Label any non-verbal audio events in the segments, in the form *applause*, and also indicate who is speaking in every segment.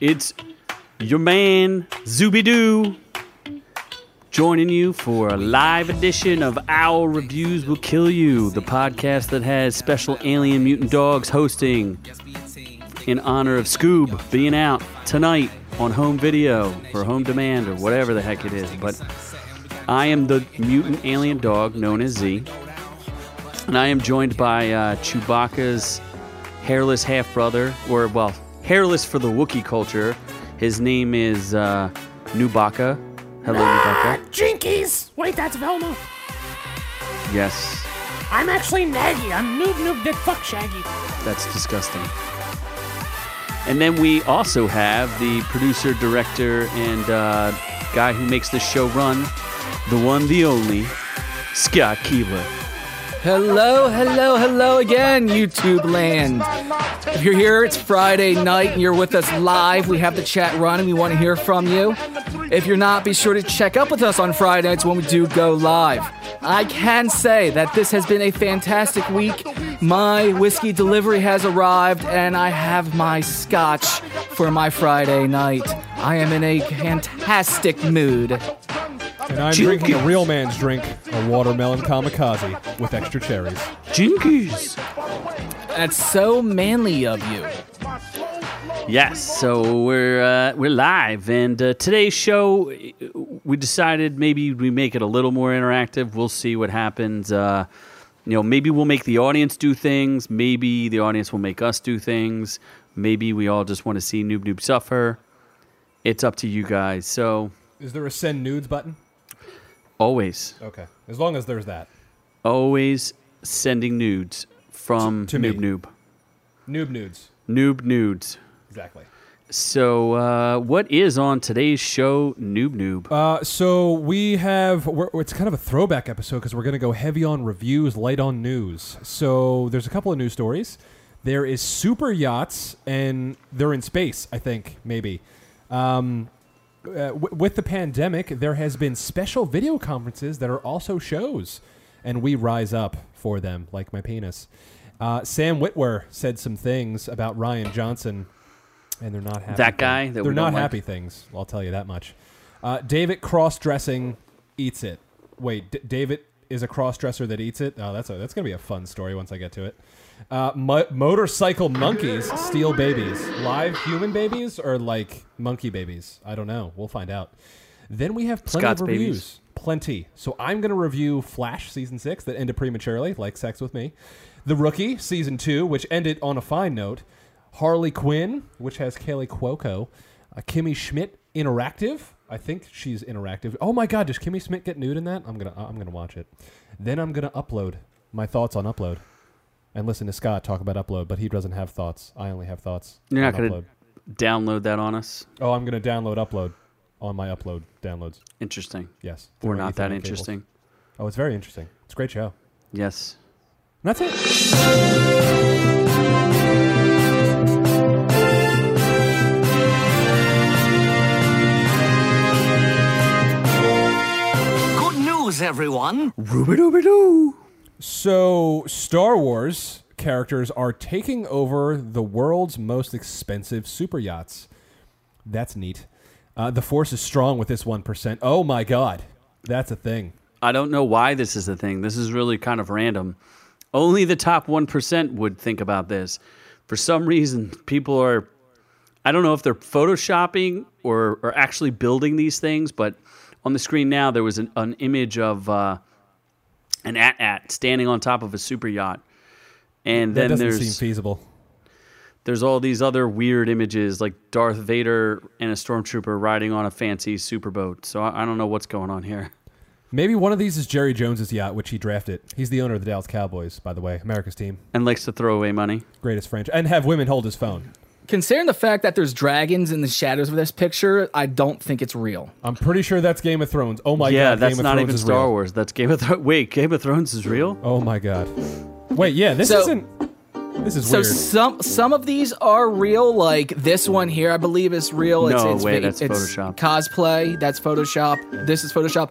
Speaker 1: It's your man, Zooby Doo, joining you for a live edition of Owl Reviews Will Kill You, the podcast that has special alien mutant dogs hosting in honor of Scoob being out tonight on home video or home demand or whatever the heck it is. But I am the mutant alien dog known as Z, and I am joined by uh, Chewbacca's hairless half brother, or well, hairless for the Wookiee culture. His name is uh, Nubaka. Hello,
Speaker 2: Ah,
Speaker 1: Nubaka.
Speaker 2: Jinkies! Wait, that's Velma.
Speaker 1: Yes,
Speaker 2: I'm actually Nagy. I'm Noob Noob Dick Fuck Shaggy.
Speaker 1: that's disgusting. And then we also have the producer, director, and uh, guy who makes the show run, the one, the only, Scott Keeler.
Speaker 3: Hello, hello, hello again, YouTube land. If you're here, it's Friday night and you're with us live. We have the chat running. We want to hear from you. If you're not, be sure to check up with us on Friday nights when we do go live. I can say that this has been a fantastic week. My whiskey delivery has arrived and I have my scotch for my Friday night. I am in a fantastic mood.
Speaker 4: And I'm drinking a real man's drink, a watermelon kamikaze with extra cherries.
Speaker 1: Jinkies!
Speaker 3: That's so manly of you.
Speaker 1: Yes, so we're uh, we're live, and uh, today's show uh, we decided maybe we make it a little more interactive. We'll see what happens. Uh, you know, maybe we'll make the audience do things. Maybe the audience will make us do things. Maybe we all just want to see Noob Noob suffer. It's up to you guys. So
Speaker 4: Is there a send nudes button?
Speaker 1: always,
Speaker 4: Okay. As long as there's that.
Speaker 1: always sending nudes from
Speaker 4: To- to
Speaker 1: Noob
Speaker 4: me.
Speaker 1: Noob.
Speaker 4: Noob nudes.
Speaker 1: Noob nudes.
Speaker 4: Exactly.
Speaker 1: So uh, what is on today's show, Noob Noob?
Speaker 4: Uh, so we have, we're, it's kind of a throwback episode because we're going to go heavy on reviews, light on news. So there's a couple of news stories. There is super yachts, and they're in space, I think, maybe. uh, w- with the pandemic, there has been special video conferences that are also shows, and we rise up for them, like my penis. Uh, Sam Whitwer said some things about Ryan Johnson, and they're not happy.
Speaker 1: That
Speaker 4: things.
Speaker 1: guy that we
Speaker 4: they're not
Speaker 1: don't like?
Speaker 4: happy things. I'll tell you that much. Uh, David cross dressing eats it. Wait, D- David is a cross dresser that eats it. Oh, that's a, that's gonna be a fun story once I get to it. Uh, mo- motorcycle monkeys steal babies. Live human babies or like monkey babies? I don't know. We'll find out. Then we have plenty
Speaker 1: Scott's
Speaker 4: of
Speaker 1: babies.
Speaker 4: reviews. Plenty. So I'm going to review Flash season six that ended prematurely, like Sex with Me. The Rookie season two, which ended on a fine note. Harley Quinn, which has Kaylee Cuoco. Uh, Kimmy Schmidt interactive. I think she's interactive. Oh my God, does Kimmy Schmidt get nude in that? I'm gonna I'm gonna watch it. Then I'm gonna upload my thoughts on upload and listen to Scott talk about upload, but he doesn't have thoughts. I only have thoughts.
Speaker 1: You're not
Speaker 4: on
Speaker 1: going to
Speaker 4: upload.
Speaker 1: download that on us.
Speaker 4: Oh, I'm gonna download upload on my upload downloads.
Speaker 1: Interesting.
Speaker 4: Yes,
Speaker 1: We're
Speaker 4: through my
Speaker 1: not that
Speaker 4: Ethernet cable.
Speaker 1: interesting.
Speaker 4: Oh, it's very interesting. It's a great show.
Speaker 1: Yes.
Speaker 4: And that's it.
Speaker 5: Good news, everyone.
Speaker 1: Ruby dooby doo.
Speaker 4: So, Star Wars characters are taking over the world's most expensive super yachts. That's neat. Uh, the force is strong with this one percent. Oh my God, that's a thing.
Speaker 1: I don't know why this is a thing. This is really kind of random. Only the top 1% would think about this. For some reason, people are, I don't know if they're photoshopping or, or actually building these things, but on the screen now, there was an, an image of uh, an at at standing on top of a super yacht. And
Speaker 4: That
Speaker 1: then
Speaker 4: doesn't
Speaker 1: there's
Speaker 4: seem feasible.
Speaker 1: there's all these other weird images like Darth Vader and a stormtrooper riding on a fancy superboat. So I, I don't know what's going on here. *laughs*
Speaker 4: Maybe one of these is Jerry Jones's yacht, which he drafted. He's the owner of the Dallas Cowboys, by the way, America's team,
Speaker 1: And likes to throw away money.
Speaker 4: greatest franchise, and have women hold his phone.
Speaker 3: Considering the fact that there's dragons in the shadows of this picture, I don't think it's real.
Speaker 4: I'm pretty sure that's Game of Thrones. Oh my
Speaker 1: yeah,
Speaker 4: god,
Speaker 1: that's
Speaker 4: Game
Speaker 1: not
Speaker 4: of Thrones
Speaker 1: even
Speaker 4: is
Speaker 1: Star
Speaker 4: real.
Speaker 1: Wars. That's Game of Thrones. Wait, Game of Thrones is real?
Speaker 4: Oh my god. Wait, yeah, this
Speaker 3: So-
Speaker 4: isn't. This is
Speaker 3: So
Speaker 4: weird.
Speaker 3: some some of these are real, like this one here, I believe is real. It's,
Speaker 1: No
Speaker 3: it's,
Speaker 1: way,
Speaker 3: va-
Speaker 1: that's
Speaker 3: it's
Speaker 1: Photoshop.
Speaker 3: Cosplay, that's Photoshop. This is Photoshop.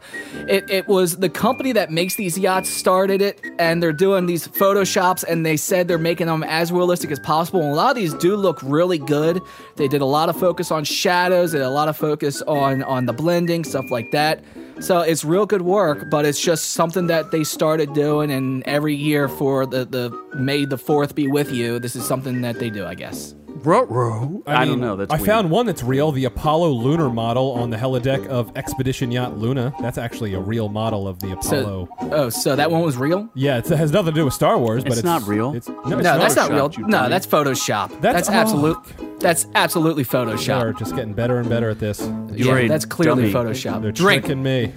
Speaker 3: It it was the company that makes these yachts started it, and they're doing these photoshops, and they said they're making them as realistic as possible. And a lot of these do look really good. They did a lot of focus on shadows, and a lot of focus on on the blending stuff like that. So it's real good work, but it's just something that they started doing, and every year for the, the May the Fourth be with you. This is something that they do, I guess.
Speaker 1: I, don't
Speaker 4: mean,
Speaker 1: know. That's
Speaker 4: I
Speaker 1: weird.
Speaker 4: found one that's real, the Apollo lunar model on the helideck of Expedition Yacht Luna. That's actually a real model of the Apollo.
Speaker 3: So, oh, so that one was real?
Speaker 4: yeah, it's, it has nothing to do with Star Wars, but
Speaker 1: It's
Speaker 4: it's,
Speaker 1: not real.
Speaker 4: It's, no,
Speaker 3: No,
Speaker 4: it's not.
Speaker 3: that's not real.
Speaker 1: Photoshop, you
Speaker 3: No,
Speaker 1: dummy.
Speaker 3: that's Photoshop.
Speaker 4: That's-
Speaker 3: That's, absolute.
Speaker 4: oh.
Speaker 3: That's absolutely
Speaker 4: They are
Speaker 3: Photoshop.
Speaker 4: just getting better and better at this.
Speaker 1: You're
Speaker 3: yeah,
Speaker 1: a
Speaker 3: that's clearly
Speaker 1: dummy.
Speaker 3: Photoshop.
Speaker 4: They're
Speaker 3: drink.
Speaker 4: tricking me.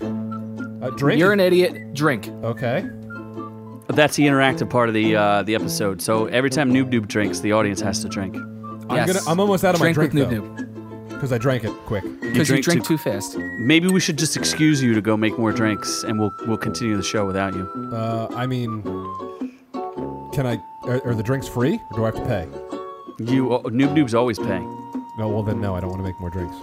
Speaker 4: A drink.
Speaker 3: You're an idiot. Drink.
Speaker 4: okay.
Speaker 1: But that's the interactive part of the uh, the episode. So every time Noob Noob drinks, the audience has to drink.
Speaker 4: I'm, gonna, I'm almost out of
Speaker 3: drink
Speaker 4: my
Speaker 3: with
Speaker 4: drink
Speaker 3: Noob
Speaker 4: because I drank it quick.
Speaker 3: because you
Speaker 1: drink
Speaker 3: drink
Speaker 1: too-
Speaker 3: too, fast.
Speaker 1: Maybe we should just excuse you to go make more drinks, and we'll we'll continue the show without you.
Speaker 4: Uh, I mean, can I? Are, are the drinks free, or do I have to pay?
Speaker 1: You uh, Noob Noobs always pay.
Speaker 4: No. Well, then no. I don't want to make more drinks.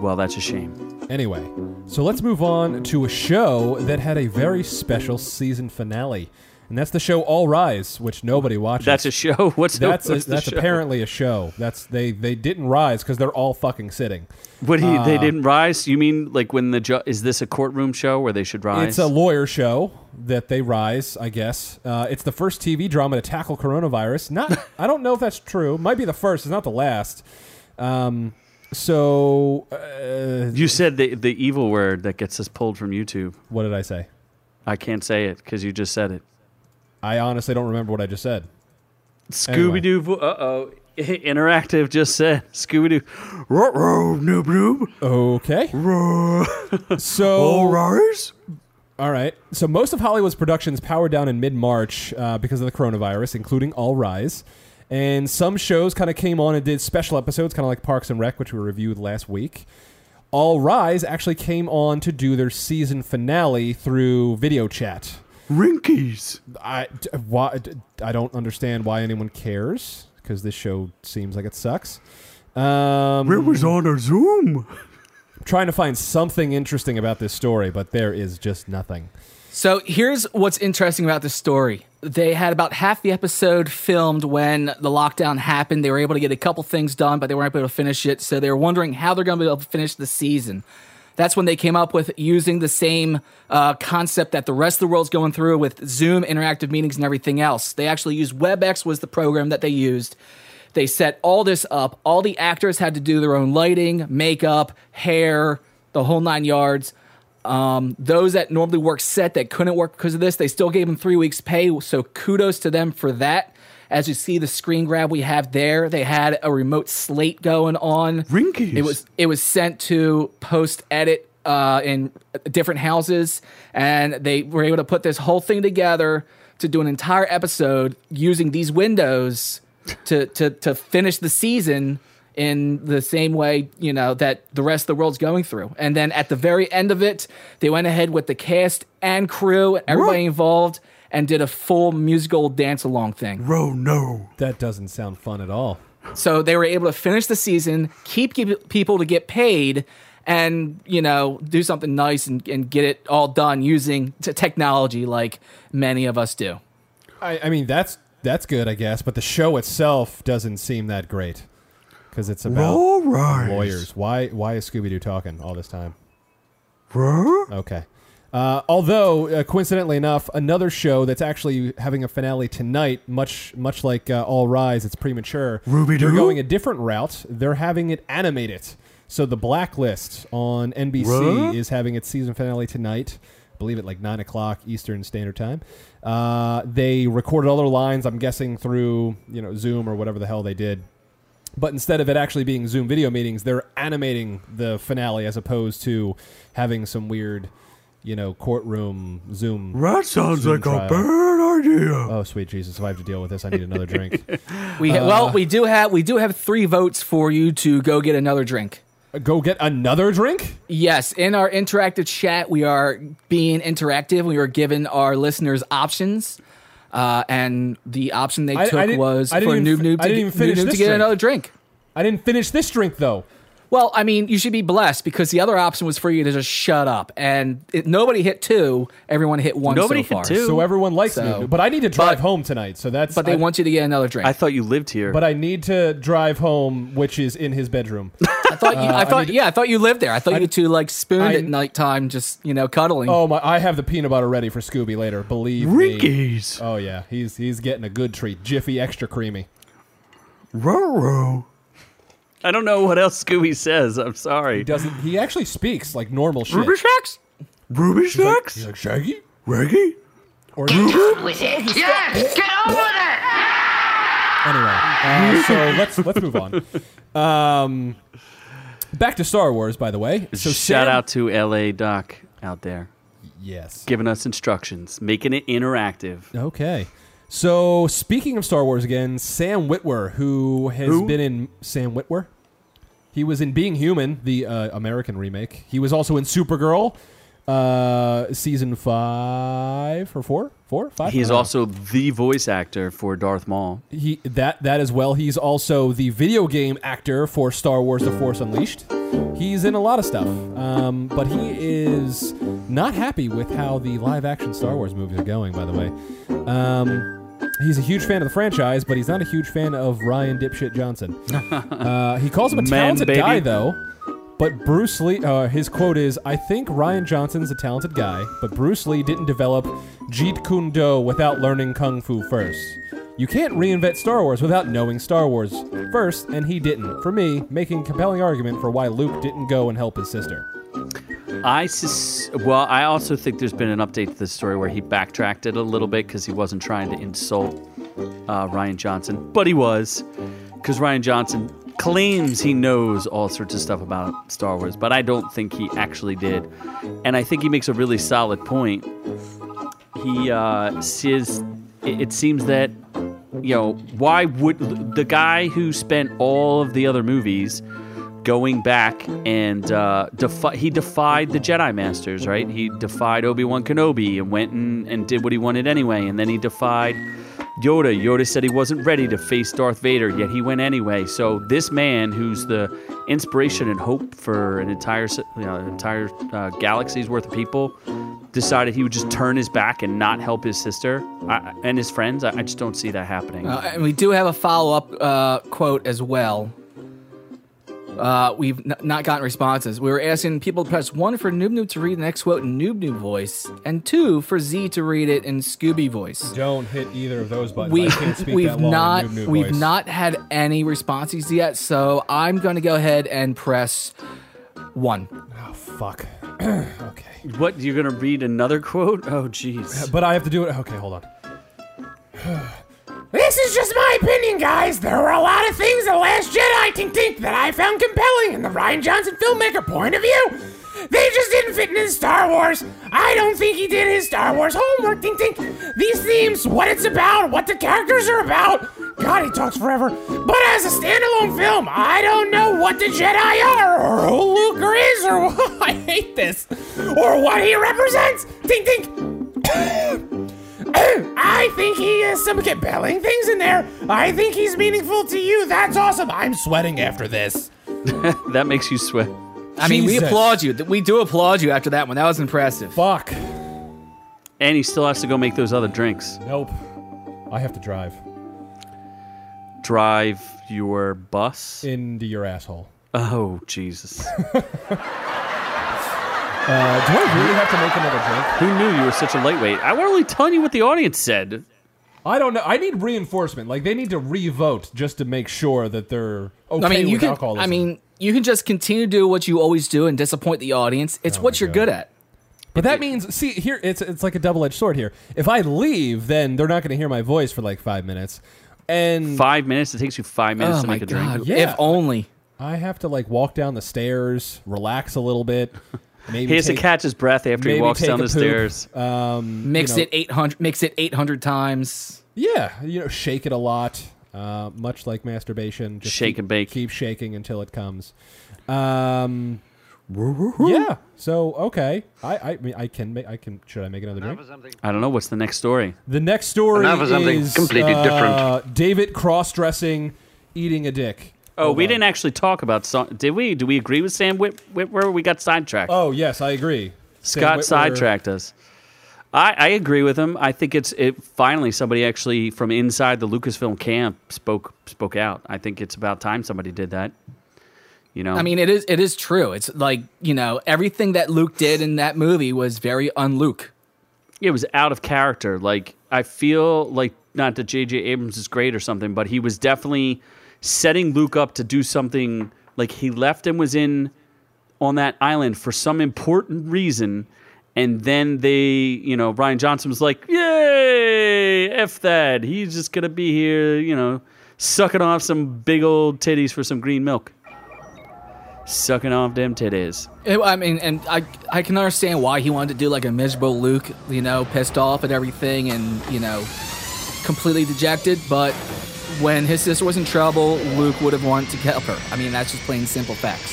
Speaker 1: Well, that's a shame.
Speaker 4: Anyway, so let's move on to a show that had a very special season finale, and that's the show All Rise, which nobody watches.
Speaker 1: That's a show. *laughs* What's
Speaker 4: that's
Speaker 1: the,
Speaker 4: a,
Speaker 1: what's the
Speaker 4: that's
Speaker 1: show?
Speaker 4: apparently a show. That's they they didn't rise because they're all fucking sitting.
Speaker 1: What do you,
Speaker 4: Uh,
Speaker 1: they didn't rise? You mean like when the ju- is this a courtroom show where they should rise?
Speaker 4: It's a lawyer show that they rise, I guess. Uh, it's the first TV drama to tackle coronavirus. Not, I don't know if that's true. Might be the first. It's not the last. Um, so, uh,
Speaker 1: you said the the evil word that gets us pulled from YouTube.
Speaker 4: what did I say?
Speaker 1: I can't say it because you just said it.
Speaker 4: I honestly don't remember what I just said.
Speaker 1: Scooby Doo. Uh oh. *laughs* Interactive just said Scooby Doo. Row noob noob.
Speaker 4: Okay. so
Speaker 1: rise.
Speaker 4: All right. So most of Hollywood's productions powered down in mid-March uh, because of the coronavirus, including All Rise. And some shows kind of came on and did special episodes, kind of like Parks and Rec, which we reviewed last week. All Rise actually came on to do their season finale through video chat.
Speaker 1: Rinkies.
Speaker 4: I, d- why, d- I don't understand why anyone cares because this show seems like it sucks. Um,
Speaker 1: was on a Zoom.
Speaker 4: trying to find something interesting about this story, but there is just nothing.
Speaker 3: So here's what's interesting about this story. They had about half the episode filmed when the lockdown happened. They were able to get a couple things done, but they weren't able to finish it. So they were wondering how they're going to be able to finish the season. That's when they came up with using the same uh, concept that the rest of the world's going through with Zoom, interactive meetings, and everything else. They actually used WebEx was the program that they used. They set all this up. All the actors had to do their own lighting, makeup, hair, the whole nine yards. Um, those that normally work set that couldn't work because of this, they still gave them three weeks' pay. So kudos to them for that. As you see the screen grab we have there, they had a remote slate going on.
Speaker 1: Rinkies.
Speaker 3: It was it was sent to post edit uh, in different houses, and they were able to put this whole thing together to do an entire episode using these windows to to to finish the season in the same way you know that the rest of the world's going through. And then at the very end of it, they went ahead with the cast and crew, everybody involved, and did a full musical dance along thing.
Speaker 1: Bro, no.
Speaker 4: That doesn't sound fun at all.
Speaker 3: So they were able to finish the season, keep, keep people to get paid, and you know do something nice and, and get it all done using t- technology like many of us do.
Speaker 4: I, I mean, that's that's good, I guess, but the show itself doesn't seem that great because it's about lawyers. Why why is Scooby Doo talking all this time? Okay. Uh, although, uh, coincidentally enough, another show that's actually having a finale tonight, much much like uh, All Rise, it's premature. Ruby They're going a different route. They're having it animated. So the Blacklist on NBC is having its season finale tonight. I believe at like nine o'clock Eastern Standard Time. Uh, they recorded all their lines. I'm guessing through you know Zoom or whatever the hell they did but instead of it actually being Zoom video meetings, they're animating the finale as opposed to having some weird, you know, courtroom Zoom. That sounds like a bad idea. Oh, sweet Jesus! If I have to deal with this, I need another drink. *laughs*
Speaker 3: We
Speaker 4: Uh.
Speaker 3: ha- well we do have we do have three votes for you to go get another drink.
Speaker 4: Uh, Go get another drink.
Speaker 3: Yes, in our interactive chat, we are being interactive. We are giving our listeners options. Uh, and the option they
Speaker 4: I- I
Speaker 3: took
Speaker 4: didn't-
Speaker 3: was
Speaker 4: I
Speaker 3: for
Speaker 4: didn't
Speaker 3: Noob
Speaker 4: even-
Speaker 3: Noob
Speaker 4: I
Speaker 3: to, get,
Speaker 4: didn't even
Speaker 3: Noob
Speaker 4: finish
Speaker 3: Noob to
Speaker 4: this
Speaker 3: get
Speaker 4: drink.
Speaker 3: another drink.
Speaker 4: I didn't finish this drink though.
Speaker 3: Well, I mean, you should be blessed because the other option was for you to just shut up. And it, nobody hit two, everyone hit one
Speaker 1: Nobody
Speaker 3: so
Speaker 1: hit
Speaker 3: far.
Speaker 1: two?
Speaker 4: So everyone likes
Speaker 3: So-
Speaker 4: Noob Noob, but I need to drive
Speaker 3: But-
Speaker 4: home tonight. So that's
Speaker 3: But they
Speaker 4: I-
Speaker 3: want you to get another drink.
Speaker 1: I
Speaker 3: I,
Speaker 1: thought you lived here.
Speaker 4: But I need to drive home, which is in his
Speaker 3: *laughs*
Speaker 4: bedroom.
Speaker 3: thought, you, Uh, I thought, yeah, I thought you lived there. I thought you two like spooned
Speaker 4: I-
Speaker 3: at nighttime, just you know, cuddling.
Speaker 4: oh my! I have the peanut butter ready for Scooby later. Believe me.
Speaker 1: Rinkies.
Speaker 4: Oh yeah, he's he's getting a good treat. Jiffy extra creamy.
Speaker 1: Roro. I don't know what else Scooby says. I'm sorry.
Speaker 4: He doesn't. He actually speaks like normal shit.
Speaker 3: Rubber shacks?
Speaker 1: Ruby Sharks?
Speaker 4: He's like Shaggy.
Speaker 1: Reggie?
Speaker 6: Yes, get over it.
Speaker 4: Anyway, uh, so let's let's move on. Um, back to Star Wars, by the way. So
Speaker 1: Shout
Speaker 4: Sam-
Speaker 1: out to LA Doc out there
Speaker 4: Yes.
Speaker 1: giving us instructions, making it interactive.
Speaker 4: Okay. So speaking of Star Wars again, Sam Witwer, who has
Speaker 1: Who?
Speaker 4: been in Sam Witwer, he was in Being Human, the uh, American remake. He was also in Supergirl, uh, season five or four, four, five.
Speaker 1: He is
Speaker 4: I don't know.
Speaker 1: also the voice actor for Darth Maul.
Speaker 4: he that that as well. He's also the video game actor for Star Wars: The Force Unleashed. He's in a lot of stuff, um, but he is not happy with how the live-action Star Wars movies are going. By the way, um, he's a huge fan of the franchise, but he's not a huge fan of Ryan
Speaker 3: *laughs*
Speaker 4: Dipshit Johnson. Uh, he calls him a
Speaker 1: Man,
Speaker 4: talented
Speaker 1: baby.
Speaker 4: guy, though. But Bruce Lee, uh, his quote is, "I think Ryan Johnson's a talented guy, but Bruce Lee didn't develop Jeet Kune Do without learning kung fu first. You can't reinvent Star Wars without knowing Star Wars first, and he didn't. For me, making a compelling argument for why Luke didn't go and help his sister.
Speaker 1: I sus- well, I also think there's been an update to this story where he backtracked it a little bit because he wasn't trying to insult uh, Ryan Johnson, but he was because Ryan Johnson claims he knows all sorts of stuff about Star Wars, but I don't think he actually did. And I think he makes a really solid point. He uh, says it, it seems that you know why would the guy who spent all of the other movies going back and uh, defi- he defied the Jedi Masters, right? He defied Obi Wan Kenobi and went and, and did what he wanted anyway. And then he defied Yoda. Yoda said he wasn't ready to face Darth Vader, yet he went anyway. So this man, who's the inspiration and hope for an entire s- you know, entire uh, galaxy's worth of people, decided he would just turn his back and not help his sister I, and his friends. I, I just don't see that happening.
Speaker 3: Uh, and we do have a follow up uh, quote as well. Uh, we've n- not gotten responses. We were asking people to press one for Noob Noob to read the next quote in Noob Noob voice, and two for Z to read it in Scooby voice.
Speaker 4: Don't hit either of those buttons.
Speaker 3: We, we've not we've not had any responses yet, so I'm going to go ahead and press one.
Speaker 4: Oh fuck. *clears throat* okay.
Speaker 1: what you're gonna read another quote? Oh, jeez.
Speaker 4: But I have to do it. Okay, hold on. this is just my opinion, guys. There were a lot of things The Last Jedi can think that I found compelling in the Ryan Johnson filmmaker point of view. They just didn't fit in Star Wars. I don't think he did his Star Wars homework. Think, think. These themes, what it's about, what the characters are about. God, he talks forever. But as a standalone film, I don't know what the Jedi are, or who Luke is, or *laughs* I hate this, or what he represents. Think, think. *coughs* I think he has some compelling things in there. I think he's meaningful to you. That's awesome. I'm sweating after this.
Speaker 1: That makes you sweat.
Speaker 3: I mean, we
Speaker 4: Jesus.
Speaker 3: applaud you. Th- We do applaud you after that one. That was impressive.
Speaker 4: Fuck.
Speaker 1: And he still has to go make those other drinks.
Speaker 4: Nope. I have to drive
Speaker 1: Drive your bus.
Speaker 4: into your asshole.
Speaker 1: Oh, Jesus.
Speaker 4: Uh, do I really have to make another drink?
Speaker 1: Who knew you were such a lightweight? I were only telling you what the audience said.
Speaker 4: I don't know. I need reinforcement. Like they need to re-vote just to make sure that they're okay
Speaker 3: I mean, you
Speaker 4: with
Speaker 3: can.
Speaker 4: alcoholism.
Speaker 3: I mean, you can just continue to do what you always do and disappoint the audience. It's what you're
Speaker 4: Oh God.
Speaker 3: good at.
Speaker 4: But that means, see, here it's it's like a double edged sword. Here, if I leave, then they're not going to hear my voice for like five minutes, and
Speaker 1: Five minutes. It takes you five minutes
Speaker 3: Oh
Speaker 1: to
Speaker 3: my
Speaker 1: make a drink.
Speaker 3: god!
Speaker 4: Yeah.
Speaker 3: If only.
Speaker 4: I have to like walk down the stairs, relax a little bit. *laughs* Maybe
Speaker 1: He has
Speaker 4: take-
Speaker 1: to catch his breath after he
Speaker 4: maybe
Speaker 1: walks
Speaker 4: take
Speaker 1: down the
Speaker 4: a poop. Uh,
Speaker 1: stairs.
Speaker 3: Mix
Speaker 4: know-
Speaker 3: it eight hundred. Mix it eight hundred times.
Speaker 4: Yeah, you know, shake it a lot, uh, much like masturbation. Just
Speaker 1: Shake
Speaker 4: keep-
Speaker 1: and bake.
Speaker 4: Keep shaking until it comes. Um, Yeah. So okay, I I mean I can make I can should I make another drink?
Speaker 1: I don't know what's the next story.
Speaker 4: The next story
Speaker 6: Now for something
Speaker 4: is
Speaker 6: completely
Speaker 4: uh,
Speaker 6: different.
Speaker 4: David cross-dressing, eating a dick.
Speaker 1: Oh, we didn't actually talk about song. Did we? Do we agree with Sam Whit- Whitwer? We got sidetracked.
Speaker 4: Oh yes, I agree. Sam
Speaker 1: Scott
Speaker 4: Whitwer-
Speaker 1: sidetracked us. I, I agree with him. I think it's it. Finally, somebody actually from inside the Lucasfilm camp spoke spoke out. I think it's about time somebody did that. You know,
Speaker 3: I mean, it is it is true. It's like you know everything that Luke did in that movie was very un-Luke.
Speaker 1: it was out of character. Like I feel like not that J.J. Abrams is great or something, but he was definitely setting Luke up to do something. Like he left and was in on that island for some important reason, and then they, you know, Ryan Johnson was like, "Yay, f that! He's just gonna be here, you know, sucking off some big old titties for some green milk." Sucking off them titties.
Speaker 3: It- I mean, and I I can understand why he wanted to do like a miserable Luke, you know, pissed off at everything and you know completely dejected. But when his sister was in trouble, Luke would have wanted to help her. I mean, that's just plain simple facts.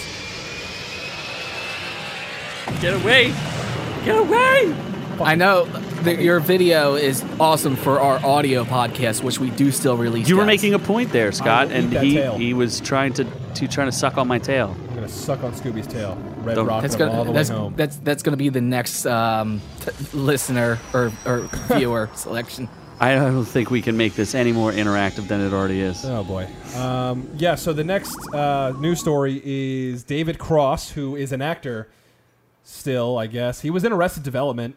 Speaker 1: Get away! Get away!
Speaker 3: I know that your video is awesome for our audio podcast, which we do still release.
Speaker 1: You were
Speaker 3: guys.
Speaker 1: making a point there, Scott,
Speaker 4: will eat
Speaker 1: and
Speaker 4: that
Speaker 1: he,
Speaker 4: tail.
Speaker 1: he was trying to, to trying to suck on my tail.
Speaker 4: I'm gonna suck on Scooby's tail. Red
Speaker 1: Don't-
Speaker 4: rock
Speaker 3: That's
Speaker 4: him all
Speaker 3: gonna
Speaker 4: the
Speaker 3: that's,
Speaker 4: way home.
Speaker 3: that's that's gonna be the next um, t- listener or, or viewer *laughs* selection.
Speaker 1: I don't think we can make this any more interactive than it already is.
Speaker 4: Oh boy. Um, yeah. So the next uh, news story is David Cross, who is an actor. Still, I guess he was in Arrested Development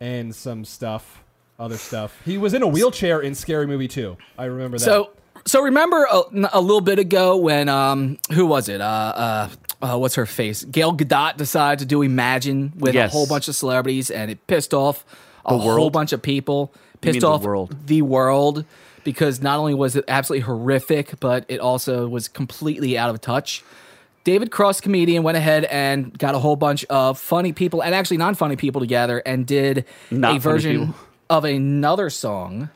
Speaker 4: and some stuff, other stuff. He was in a wheelchair in Scary Movie 2. I remember that.
Speaker 3: So so remember a, a little bit ago when um who was it uh uh, uh what's her face Gail Gadot decided to do Imagine with
Speaker 1: Yes.
Speaker 3: a whole bunch of celebrities and it pissed off a whole
Speaker 1: world?
Speaker 3: bunch of people.
Speaker 1: mean
Speaker 3: Pissed
Speaker 1: the
Speaker 3: off
Speaker 1: world.
Speaker 3: the world because not only was it absolutely horrific, but it also was completely out of touch. David Cross, comedian, went ahead and got a whole bunch of funny people and actually non-funny people together and did
Speaker 1: Not
Speaker 3: a
Speaker 1: funny
Speaker 3: version
Speaker 1: people.
Speaker 3: of another song.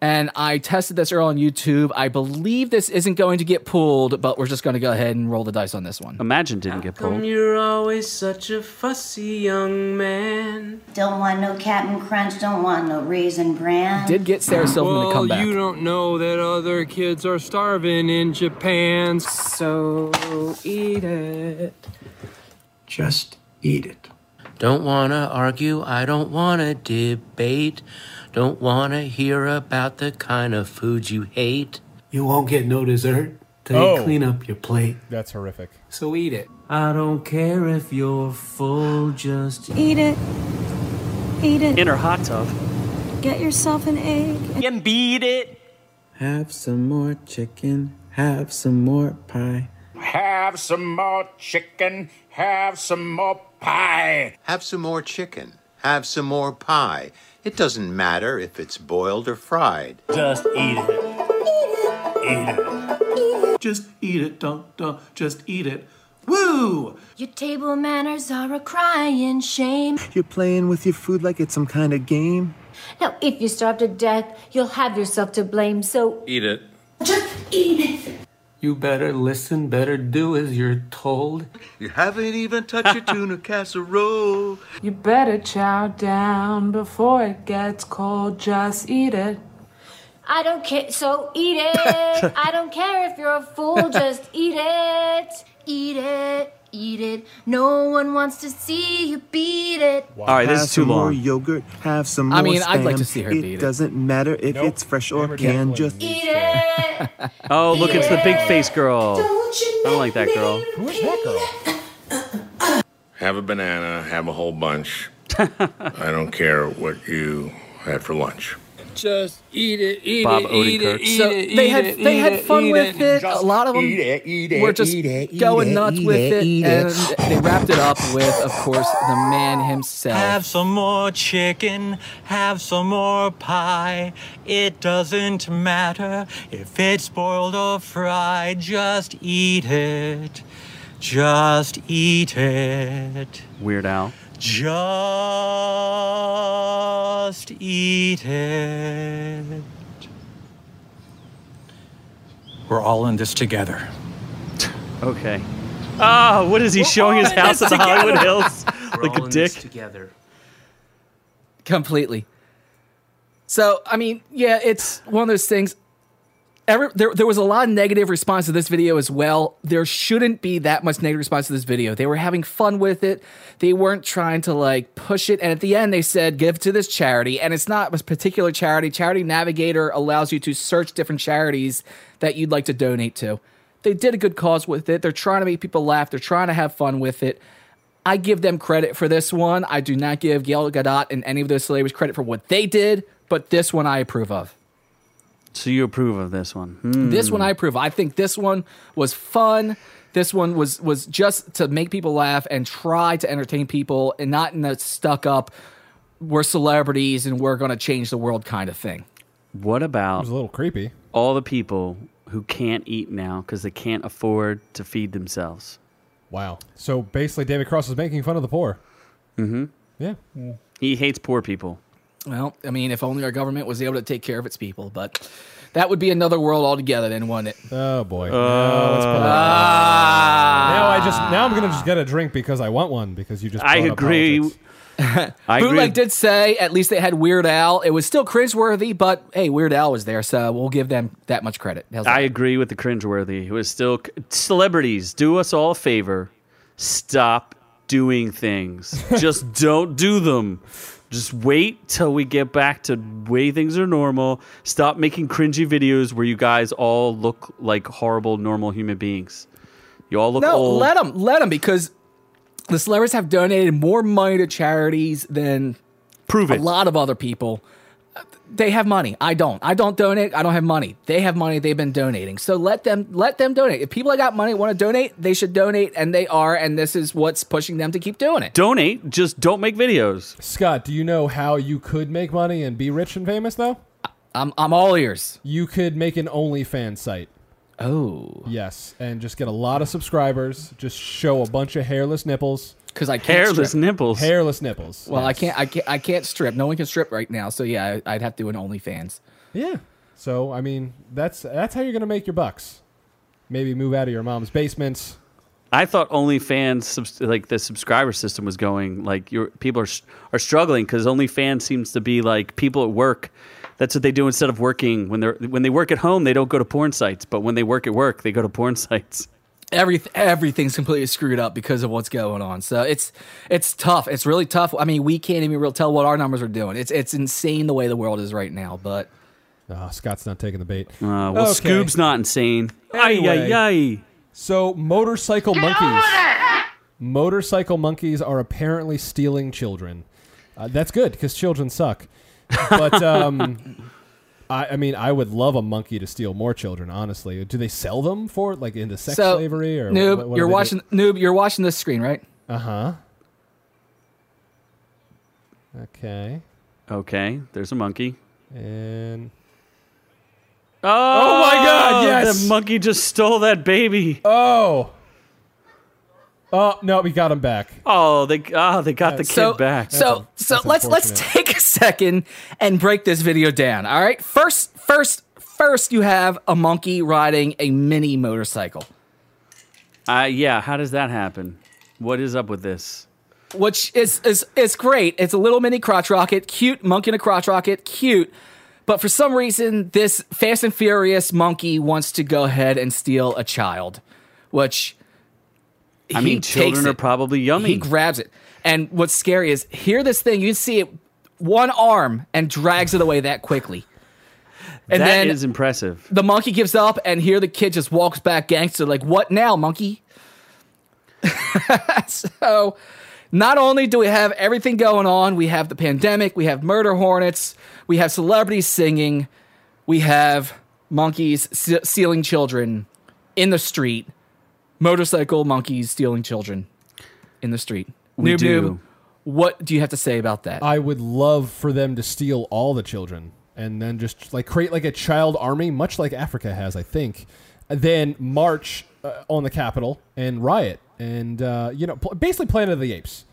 Speaker 3: And I tested this earlier on YouTube. I believe this isn't going to get pulled, but we're just going to go ahead and roll the dice on this one.
Speaker 1: Imagine didn't get pulled.
Speaker 7: You're always such a fussy young man.
Speaker 8: Don't want no Captain Crunch, don't want no Raisin Bran.
Speaker 3: Did get Sarah Silverman to come back.
Speaker 7: you don't know that other kids are starving in Japan, so eat it.
Speaker 9: Just eat it.
Speaker 5: Don't wanna argue, I don't wanna debate. Don't wanna hear about the kind of food you hate.
Speaker 9: You won't get no dessert till
Speaker 4: Oh.
Speaker 9: you clean up your plate.
Speaker 4: that's horrific.
Speaker 9: So eat it.
Speaker 5: I don't care if you're full, just
Speaker 10: Eat it. Eat it.
Speaker 1: In her hot tub.
Speaker 10: Get yourself an egg.
Speaker 5: and beat it.
Speaker 7: Have some more chicken, have some more pie.
Speaker 11: Have some more chicken. Have some more pie.
Speaker 12: Have some more chicken. Have some more pie. It doesn't matter if it's boiled or fried.
Speaker 9: Just eat it. Eat it. Just eat it. Don't don't. Just eat it. Woo!
Speaker 10: Your table manners are a crying shame.
Speaker 9: You're playing with your food like it's some kind of game.
Speaker 10: Now, if you starve to death, you'll have yourself to blame, so
Speaker 6: Eat it.
Speaker 10: just eat it.
Speaker 9: You better listen. Better do as you're told.
Speaker 12: You haven't even touched your
Speaker 5: *laughs*
Speaker 12: tuna casserole.
Speaker 7: You better chow down before it gets cold, just eat it.
Speaker 10: I don't care, so
Speaker 7: *laughs*
Speaker 10: eat it. I don't care if you're a fool, just eat it. Eat it. Eat it. No one wants to see you beat it.
Speaker 1: All right, this is too long.
Speaker 9: yogurt. Have some
Speaker 3: I more mean, I'd like to spam. see her It beat it.
Speaker 9: doesn't matter if
Speaker 4: Nope. it's fresh or Hammer canned, Jack just-
Speaker 10: Eat it.
Speaker 1: *laughs* Oh, look, it's the big face girl.
Speaker 10: Don't you
Speaker 1: Oh, I don't like that girl.
Speaker 4: Who is that girl?
Speaker 11: Have a banana. Have a whole
Speaker 5: *laughs*
Speaker 11: bunch. I don't care what you had for lunch.
Speaker 7: Just eat it, eat
Speaker 1: Bob
Speaker 7: it, eat it,
Speaker 1: Odenkirk.
Speaker 7: eat
Speaker 3: so
Speaker 7: it,
Speaker 3: they
Speaker 7: eat
Speaker 3: had
Speaker 7: it,
Speaker 3: they
Speaker 7: eat
Speaker 3: had
Speaker 7: it,
Speaker 3: fun
Speaker 7: eat
Speaker 3: with
Speaker 7: it.
Speaker 3: it. A lot of them
Speaker 11: Eat it. Eat it.
Speaker 3: were just
Speaker 11: eat it, eat
Speaker 3: going
Speaker 11: it,
Speaker 3: nuts
Speaker 11: eat
Speaker 3: with
Speaker 11: it,
Speaker 3: it,
Speaker 11: eat
Speaker 3: and they wrapped it up with, of course, the man himself.
Speaker 5: Have some more chicken, have some more pie. It doesn't matter if it's boiled or fried, just eat it. Just eat it.
Speaker 1: Weird Al.
Speaker 5: Just eat it. We're all in this together.
Speaker 1: Okay. Ah, what is he showing his house at the Hollywood Hills? Like a dick.
Speaker 3: together. Completely. So I mean, yeah, it's one of those things. Every, there, there was a lot of negative response to this video as well. There shouldn't be that much negative response to this video. They were having fun with it. They weren't trying to like push it. And at the end, they said, give to this charity. And it's not a particular charity. Charity Navigator allows you to search different charities that you'd like to donate to. They did a good cause with it. They're trying to make people laugh, they're trying to have fun with it. I give them credit for this one. I do not give Gail Gadot and any of those celebrities credit for what they did, but this one I approve of.
Speaker 1: So you approve of this one?
Speaker 3: This one
Speaker 1: Hmm.
Speaker 3: I approve. I think this one was fun. This one was was just to make people laugh and try to entertain people and not in the stuck up we're celebrities and we're going to change the world kind of thing.
Speaker 1: What about? It
Speaker 4: was a little creepy.
Speaker 1: All the people who can't eat now because they can't afford to feed themselves.
Speaker 4: Wow. So basically, David Cross is making fun of the poor.
Speaker 1: Mm-hmm.
Speaker 4: Yeah.
Speaker 1: He hates poor people.
Speaker 3: Well, I mean, if only our government was able to take care of its people, but that would be another world altogether then, wouldn't it?
Speaker 4: Oh boy. Now let's pull it up. now I just now I'm gonna just get a drink because I want one because you just. brought up politics.
Speaker 7: *laughs*
Speaker 1: I agree.
Speaker 3: Bootleg did say at least they had Weird Al. It was still cringeworthy, but hey, Weird Al was there, so we'll give them that much credit. How's that?
Speaker 1: I agree with the cringeworthy. It was still celebrities. Do us all a favor. Stop doing things.
Speaker 3: *laughs*
Speaker 1: Just don't do them. Just wait till we get back to way things are normal. Stop making cringy videos where you guys all look like horrible normal human beings. You all look
Speaker 3: no,
Speaker 1: old.
Speaker 3: let them, let them, because the celebrities have donated more money to charities than
Speaker 1: prove
Speaker 3: a lot of other people. They have money. I don't. I don't donate. I don't have money. They have money. They've been donating. So let them let them donate. If people that got money want to donate, they should donate, and they are. And this is what's pushing them to keep doing it.
Speaker 1: Donate, just don't make videos.
Speaker 4: Scott, do you know how you could make money and be rich and famous though?
Speaker 3: I'm I'm all ears.
Speaker 4: You could make an OnlyFans site.
Speaker 3: Oh.
Speaker 4: Yes, and just get a lot of subscribers. Just show a bunch of hairless nipples.
Speaker 3: Because I can't Hairless strip. nipples?
Speaker 4: Hairless nipples.
Speaker 3: Well, I
Speaker 4: yes.
Speaker 3: can't. I can't. I can't strip. No one can strip right now. So yeah, I, I'd have to do an OnlyFans.
Speaker 4: Yeah. So I mean, that's that's how you're gonna make your bucks. Maybe move out of your mom's basements.
Speaker 1: I thought OnlyFans subs- like the subscriber system was going like your people are s- are struggling because OnlyFans seems to be like people at work. That's what they do instead of working when they're when they work at home. They don't go to porn sites, but when they work at work, they go to porn sites.
Speaker 3: Every everything's completely screwed up because of what's going on. So it's it's tough. It's really tough. I mean, we can't even real tell what our numbers are doing. It's it's insane the way the world is right now. But
Speaker 4: Ah, Scott's not taking the bait.
Speaker 1: Uh, well,
Speaker 4: Okay.
Speaker 1: Scoob's not insane.
Speaker 4: Anyway.
Speaker 1: Ay, ay, ay.
Speaker 4: So motorcycle monkeys. Motorcycle monkeys are apparently stealing children. Uh, that's good because children suck. But um, I, I mean, I would love a monkey to steal more children. Honestly, do they sell them for like into sex
Speaker 3: So,
Speaker 4: slavery or
Speaker 3: noob,
Speaker 4: what- what do
Speaker 3: you're
Speaker 4: they do?
Speaker 3: watching noob, you're watching this screen, right?
Speaker 4: Uh huh. Okay.
Speaker 1: Okay, there's a monkey.
Speaker 4: And
Speaker 1: oh,
Speaker 4: my God, yes!
Speaker 1: the monkey just stole that baby.
Speaker 4: Oh. Oh no, we got him back.
Speaker 1: Oh, they oh they got the kid
Speaker 3: so,
Speaker 1: back.
Speaker 3: So so let's let's take a second and break this video down. All right. First first first you have a monkey riding a mini motorcycle.
Speaker 1: uh, yeah, how does that happen? What is up with this?
Speaker 3: Which is is it's great. It's a little mini crotch rocket, cute monkey in a crotch rocket, cute. But for some reason, this Fast and Furious monkey wants to go ahead and steal a child, which
Speaker 1: I
Speaker 3: he
Speaker 1: mean,
Speaker 3: takes
Speaker 1: children
Speaker 3: it.
Speaker 1: are probably yummy.
Speaker 3: He grabs it. And what's scary is here this thing, you can see it one arm and drags it away that quickly. And
Speaker 1: That
Speaker 3: then
Speaker 1: is impressive. *laughs*
Speaker 3: the monkey gives up and here the kid just walks back gangster like, "What now, monkey?" *laughs* so not only do we have everything going on, we have the pandemic, we have murder hornets, we have celebrities singing, we have monkeys se- stealing children in the street, motorcycle monkeys stealing children in the street.
Speaker 4: We
Speaker 3: Noob
Speaker 4: do.
Speaker 3: Noob, what do you have to say about that?
Speaker 4: I would love for them to steal all the children and then just like create like a child army, much like Africa has, I think. And then march uh, on the Capitol and riot, and uh, you know, pl- basically Planet of the Apes.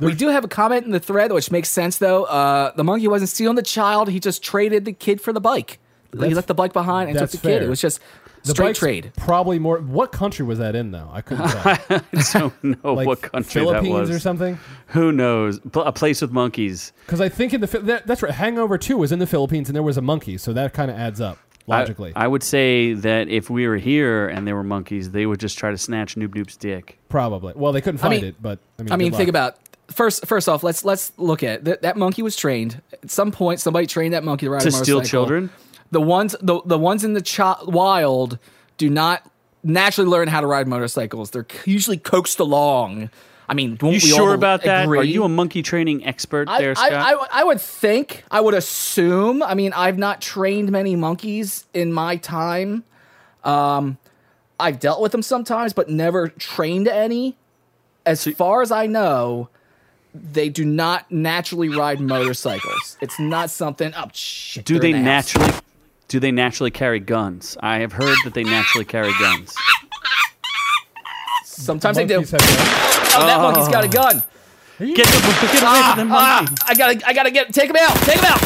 Speaker 3: We do have a comment in the thread, which makes sense though. Uh, the monkey wasn't stealing the child; he just traded the kid for the bike. Like, he
Speaker 4: That's-
Speaker 3: left the bike behind and took
Speaker 4: that's
Speaker 3: the kid.
Speaker 4: fair.
Speaker 3: It was just
Speaker 4: The
Speaker 3: Straight
Speaker 4: bike's
Speaker 3: trade.
Speaker 4: Probably more. What country was that in though? I
Speaker 3: *laughs*
Speaker 4: couldn't tell.
Speaker 1: I don't know
Speaker 4: Like
Speaker 1: what country that was
Speaker 4: Philippines or something?
Speaker 1: Who knows? Pl- A place with monkeys.
Speaker 4: Because I think in the Phil- that, that's right. Hangover Two was in the Philippines, and there was a monkey, so that kind of adds up
Speaker 1: I-
Speaker 4: logically.
Speaker 1: I, would say that if we were here and there were monkeys, they would just try to snatch Noob Noob's dick.
Speaker 4: probably. Well, they couldn't
Speaker 3: I
Speaker 4: find
Speaker 3: mean-
Speaker 4: it, but I mean,
Speaker 3: I mean,
Speaker 4: good
Speaker 3: think
Speaker 4: luck.
Speaker 3: about first. First off, let's let's look at it. That, that monkey was trained at some point. Somebody trained that monkey to ride
Speaker 1: To
Speaker 3: a
Speaker 1: steal
Speaker 3: motorcycle.
Speaker 1: children?
Speaker 3: The ones the the ones in the chi- wild do not naturally learn how to ride motorcycles. They're c- usually coaxed along. I mean, won't
Speaker 1: You
Speaker 3: we
Speaker 1: sure
Speaker 3: all
Speaker 1: about that?
Speaker 3: agree?
Speaker 1: Are you a monkey training expert
Speaker 3: I,
Speaker 1: there,
Speaker 3: I,
Speaker 1: Scott?
Speaker 3: I, I would think, I would assume. I mean, I've not trained many monkeys in my time. Um, I've dealt with them sometimes, but never trained any. As far as I know, they do not naturally ride motorcycles. It's not something. Oh shit!
Speaker 1: do
Speaker 3: they're
Speaker 1: they
Speaker 3: in the house.
Speaker 1: naturally? Do they naturally carry guns? I have heard that they naturally carry guns.
Speaker 3: Sometimes they do.
Speaker 4: Monkeys have-
Speaker 3: Oh, that monkey's got a gun.
Speaker 1: Ah.
Speaker 3: Ah,
Speaker 1: Get, the, get away from the monkey!
Speaker 3: I gotta, I gotta get, take him out, take him out.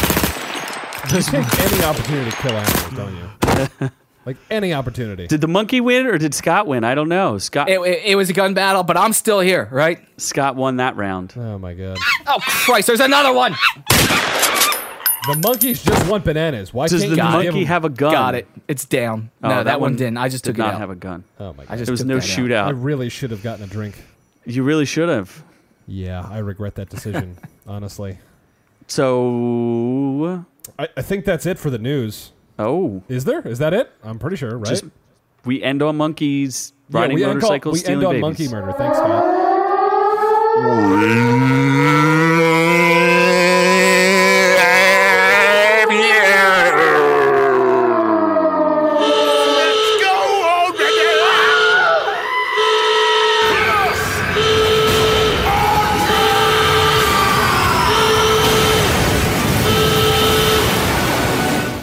Speaker 4: You take any opportunity to kill animals, don't
Speaker 1: *laughs*
Speaker 4: you? like any opportunity.
Speaker 1: Did the monkey win or did Scott win? I don't know. Scott
Speaker 3: It, it- it was a gun battle, but I'm still here, right?
Speaker 1: Scott won that round.
Speaker 4: Oh my god.
Speaker 3: Oh Christ! There's another one.
Speaker 4: The monkeys just want bananas. Why
Speaker 1: Does
Speaker 4: can't
Speaker 1: the
Speaker 4: you give
Speaker 1: monkey
Speaker 4: them-
Speaker 1: have a gun?
Speaker 3: Got it. It's down.
Speaker 1: Um, Oh,
Speaker 3: no, that, one, didn't. I just
Speaker 1: did
Speaker 3: took
Speaker 1: not
Speaker 3: it out.
Speaker 1: have a gun.
Speaker 4: Oh my
Speaker 3: I
Speaker 4: god.
Speaker 3: just
Speaker 1: There was
Speaker 3: took
Speaker 1: no
Speaker 3: that out.
Speaker 4: I
Speaker 1: shootout.
Speaker 4: really should have gotten a drink.
Speaker 1: You really should have.
Speaker 4: Yeah, I regret that
Speaker 1: *laughs*
Speaker 4: decision, honestly.
Speaker 1: So,
Speaker 4: I, I think that's it for the news.
Speaker 1: oh,
Speaker 4: Is there? Is that it? I'm pretty sure, right?
Speaker 1: Just we end on monkeys
Speaker 4: Yeah,
Speaker 1: riding
Speaker 4: we end on-
Speaker 1: motorcycles,
Speaker 4: we
Speaker 1: stealing
Speaker 4: end on
Speaker 1: babies.
Speaker 4: monkey murder. Thanks, Scott.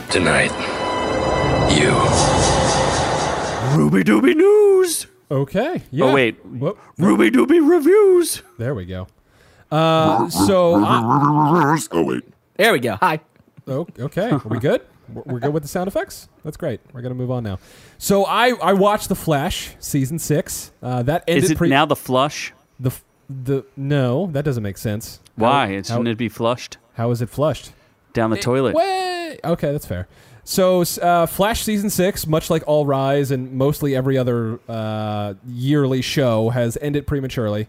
Speaker 11: Tonight, you.
Speaker 1: Ruby Dooby News.
Speaker 4: Okay. Yeah.
Speaker 1: Oh wait,
Speaker 4: Whoop.
Speaker 1: Ruby Dooby reviews.
Speaker 4: There we go. Uh, so I-
Speaker 11: Oh, wait.
Speaker 3: There we go. Hi.
Speaker 4: oh, okay, are
Speaker 1: *laughs*
Speaker 4: we good? We're we're good with the sound effects. That's great. We're gonna move on now. So I I watched The Flash season six. Uh, that ended
Speaker 1: Is it
Speaker 4: pre-
Speaker 1: now the flush?
Speaker 4: the f- the no that doesn't make sense.
Speaker 1: Why?
Speaker 4: How-
Speaker 1: It
Speaker 4: how-
Speaker 1: Shouldn't it be flushed
Speaker 4: how is it flushed?
Speaker 1: down the toilet?
Speaker 4: Way. Okay, that's fair. So, s- uh, Flash season six, much like All Rise and mostly every other uh, yearly show, has ended prematurely.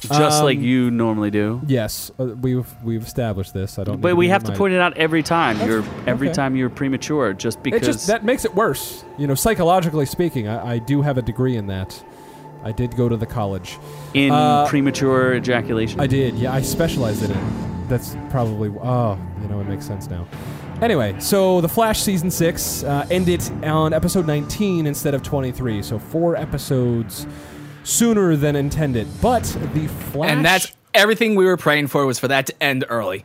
Speaker 1: Just
Speaker 4: Um,
Speaker 1: like you normally do.
Speaker 4: Yes, uh, we've we've established this. I don't.
Speaker 1: But we have to point
Speaker 4: it.
Speaker 1: it out every time. You're every
Speaker 4: okay.
Speaker 1: time you're premature, just because.
Speaker 4: It just that makes it worse. You know, psychologically speaking, I, I do have a degree in that. I did go to the college.
Speaker 1: in
Speaker 4: uh,
Speaker 1: premature ejaculation.
Speaker 4: I did. Yeah, I specialized in it. That's probably. Oh, you know, it makes sense now. Anyway, so the Flash season six uh, ended on episode 19 instead of 23, so four episodes sooner than intended. But the Flash,
Speaker 3: And that's everything we were praying for was for that to end early.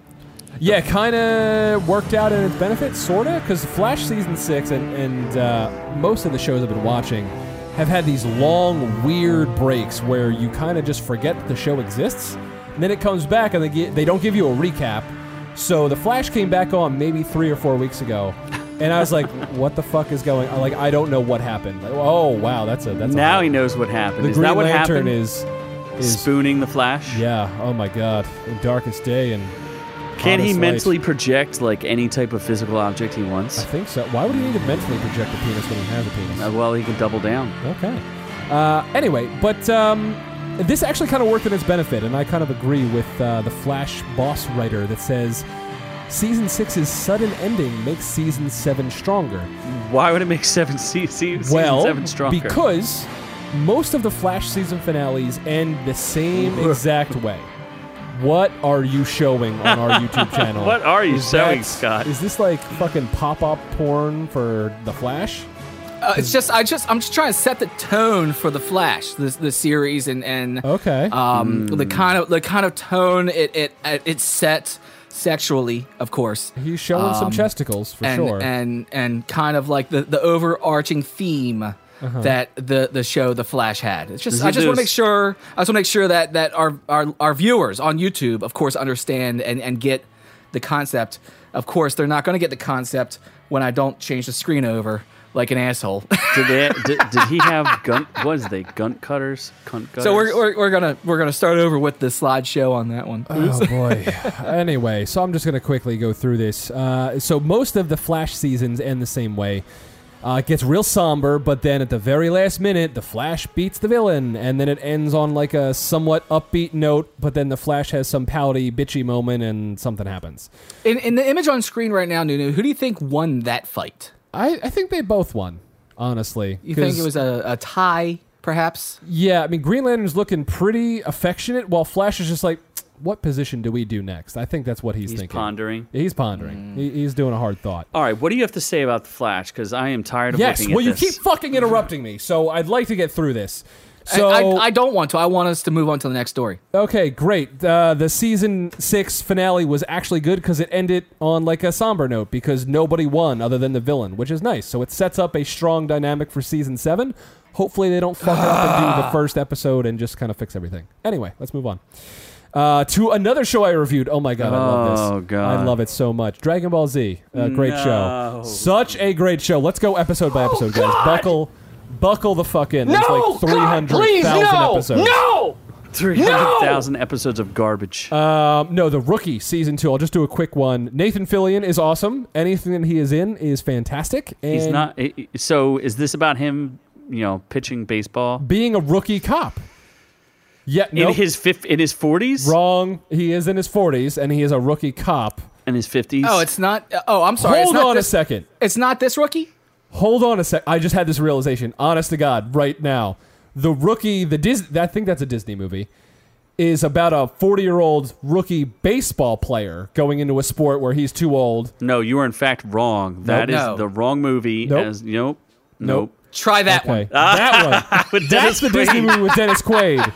Speaker 4: yeah, kind of worked out in its benefit, sorta, because Flash season six and and uh, most of the shows I've been watching have had these long, weird breaks where you kind of just forget that the show exists, and then it comes back and they gi- they don't give you a recap. So the Flash came back on maybe three or four weeks ago, and I was like, *laughs* "What the fuck is going? on? Like, I don't know what happened. Like, oh wow, that's a that's
Speaker 1: now
Speaker 4: a
Speaker 1: he knows what happened.
Speaker 4: the
Speaker 1: is
Speaker 4: Green
Speaker 1: that what
Speaker 4: Lantern
Speaker 1: happened?
Speaker 4: is is
Speaker 1: Spooning the Flash.
Speaker 4: yeah. Oh my god, in Darkest Day and
Speaker 1: Can he
Speaker 4: Honest light.
Speaker 1: mentally project like any type of physical object he
Speaker 4: I
Speaker 1: wants?
Speaker 4: think so. Why would he need to mentally project a penis when he has a
Speaker 1: Uh,
Speaker 4: penis?
Speaker 1: well, he can double down.
Speaker 4: Okay. Uh, anyway, but um, this actually kind of worked in its benefit, and I kind of agree with uh, the Flash boss writer that says season 6's sudden ending makes season 7 stronger.
Speaker 1: Why would it make seven se- se- season
Speaker 4: well,
Speaker 1: seven stronger?
Speaker 4: because most of the Flash season finales end the
Speaker 1: *laughs*
Speaker 4: same exact way. What are you showing on our YouTube
Speaker 1: *laughs*
Speaker 4: channel?
Speaker 1: What are you
Speaker 4: Is
Speaker 1: showing,
Speaker 4: that-
Speaker 1: Scott?
Speaker 4: Is this like fucking pop-up porn for the Flash?
Speaker 3: Uh, it's just I just I'm just trying to set the tone for the Flash, the the series, and and
Speaker 4: Okay.
Speaker 3: um the kind of the kind of tone it it it- it's set sexually, of course.
Speaker 4: He's showing some
Speaker 3: Um,
Speaker 4: chesticles for
Speaker 3: and,
Speaker 4: sure.
Speaker 3: and and kind of like the, the overarching theme
Speaker 4: Uh-huh.
Speaker 3: that the, the show The Flash had. It's just
Speaker 1: Is
Speaker 3: I
Speaker 1: it
Speaker 3: just want
Speaker 1: those-
Speaker 3: to make sure I just want to make sure that that our, our our viewers on YouTube, of course, understand and and get the concept. Of course, they're not going to get the concept when I don't change the screen over. like an asshole. *laughs*
Speaker 1: did, they, did, did he have gun? What is they? Gun cutters? Cunt cutters?
Speaker 3: So we're, we're, we're gonna we're gonna start over with the slideshow on that one.
Speaker 4: Oh boy. *laughs* anyway, so I'm just going to quickly go through this. Uh, so most of the Flash seasons end the same way. Uh, it gets real somber, but then at the very last minute, the Flash beats the villain, and then it ends on like a somewhat upbeat note. But then the Flash has some pouty, bitchy moment, and something happens.
Speaker 3: In, in the image on screen right now, Nunu, who do you think won that fight?
Speaker 4: I, I think they both won, honestly.
Speaker 3: You think
Speaker 4: 'cause-
Speaker 3: it was a, a tie, perhaps?
Speaker 4: Yeah, I mean, Green Lantern's looking pretty affectionate, while Flash is just like, what position do we do next? I think that's what he's,
Speaker 1: He's
Speaker 4: thinking.
Speaker 1: pondering.
Speaker 4: He's pondering.
Speaker 3: Mm.
Speaker 4: He, he's doing a hard thought.
Speaker 1: All right, what do you have to say about the Flash? Because I am tired of
Speaker 4: Yes.
Speaker 1: looking
Speaker 4: Well,
Speaker 1: at
Speaker 4: you
Speaker 1: this.
Speaker 4: keep fucking interrupting me, so I'd like to get through this. So
Speaker 3: I, I, I don't want to. I want us to move on to the next story.
Speaker 4: Okay, great. Uh, the season six finale was actually good because it ended on like a somber note because nobody won other than the villain, which is nice. So it sets up a strong dynamic for season seven. Hopefully, they don't fuck up and
Speaker 1: *sighs*
Speaker 4: do the first episode and just kind of fix everything. Anyway, let's move on. Uh, to another show I reviewed. Oh my god, I love this.
Speaker 1: Oh, God.
Speaker 4: I love it so much. Dragon Ball Z, a great
Speaker 1: No. Oh,
Speaker 4: show. Such a great show. Let's go episode by episode, guys. Buckle, buckle the fuck in. There's like three hundred thousand episodes.
Speaker 1: Three hundred thousand episodes of garbage.
Speaker 4: Um, no, the rookie season two. I'll just do a quick one. Nathan Fillion is awesome. Anything that he is in is fantastic. And
Speaker 1: He's not. i- i- So is this about him? You know, pitching baseball
Speaker 4: being a rookie cop. Yeah,
Speaker 1: in his fif- in his forties,
Speaker 4: wrong. He is in his forties and he is a rookie cop.
Speaker 1: in his fifties.
Speaker 3: Oh, it's not. Oh, I'm sorry. it's
Speaker 4: Hold
Speaker 3: not
Speaker 4: on
Speaker 3: this,
Speaker 4: a second.
Speaker 3: It's not this rookie.
Speaker 4: Hold on a sec. I just had this realization. Honest to God, right now, the rookie, the Dis. I think that's a Disney movie. Is about a forty-year-old rookie baseball player going into a sport where he's too old.
Speaker 1: No, you are in fact wrong. That is
Speaker 4: no.
Speaker 1: the wrong movie.
Speaker 4: Nope.
Speaker 1: As, nope.
Speaker 4: Nope.
Speaker 1: Nope.
Speaker 3: Try that
Speaker 4: Okay,
Speaker 3: one.
Speaker 4: that one.
Speaker 1: Ah. *laughs* With Dennis
Speaker 4: That's the
Speaker 1: Quaid.
Speaker 4: Disney movie
Speaker 1: *laughs*
Speaker 4: with Dennis Quaid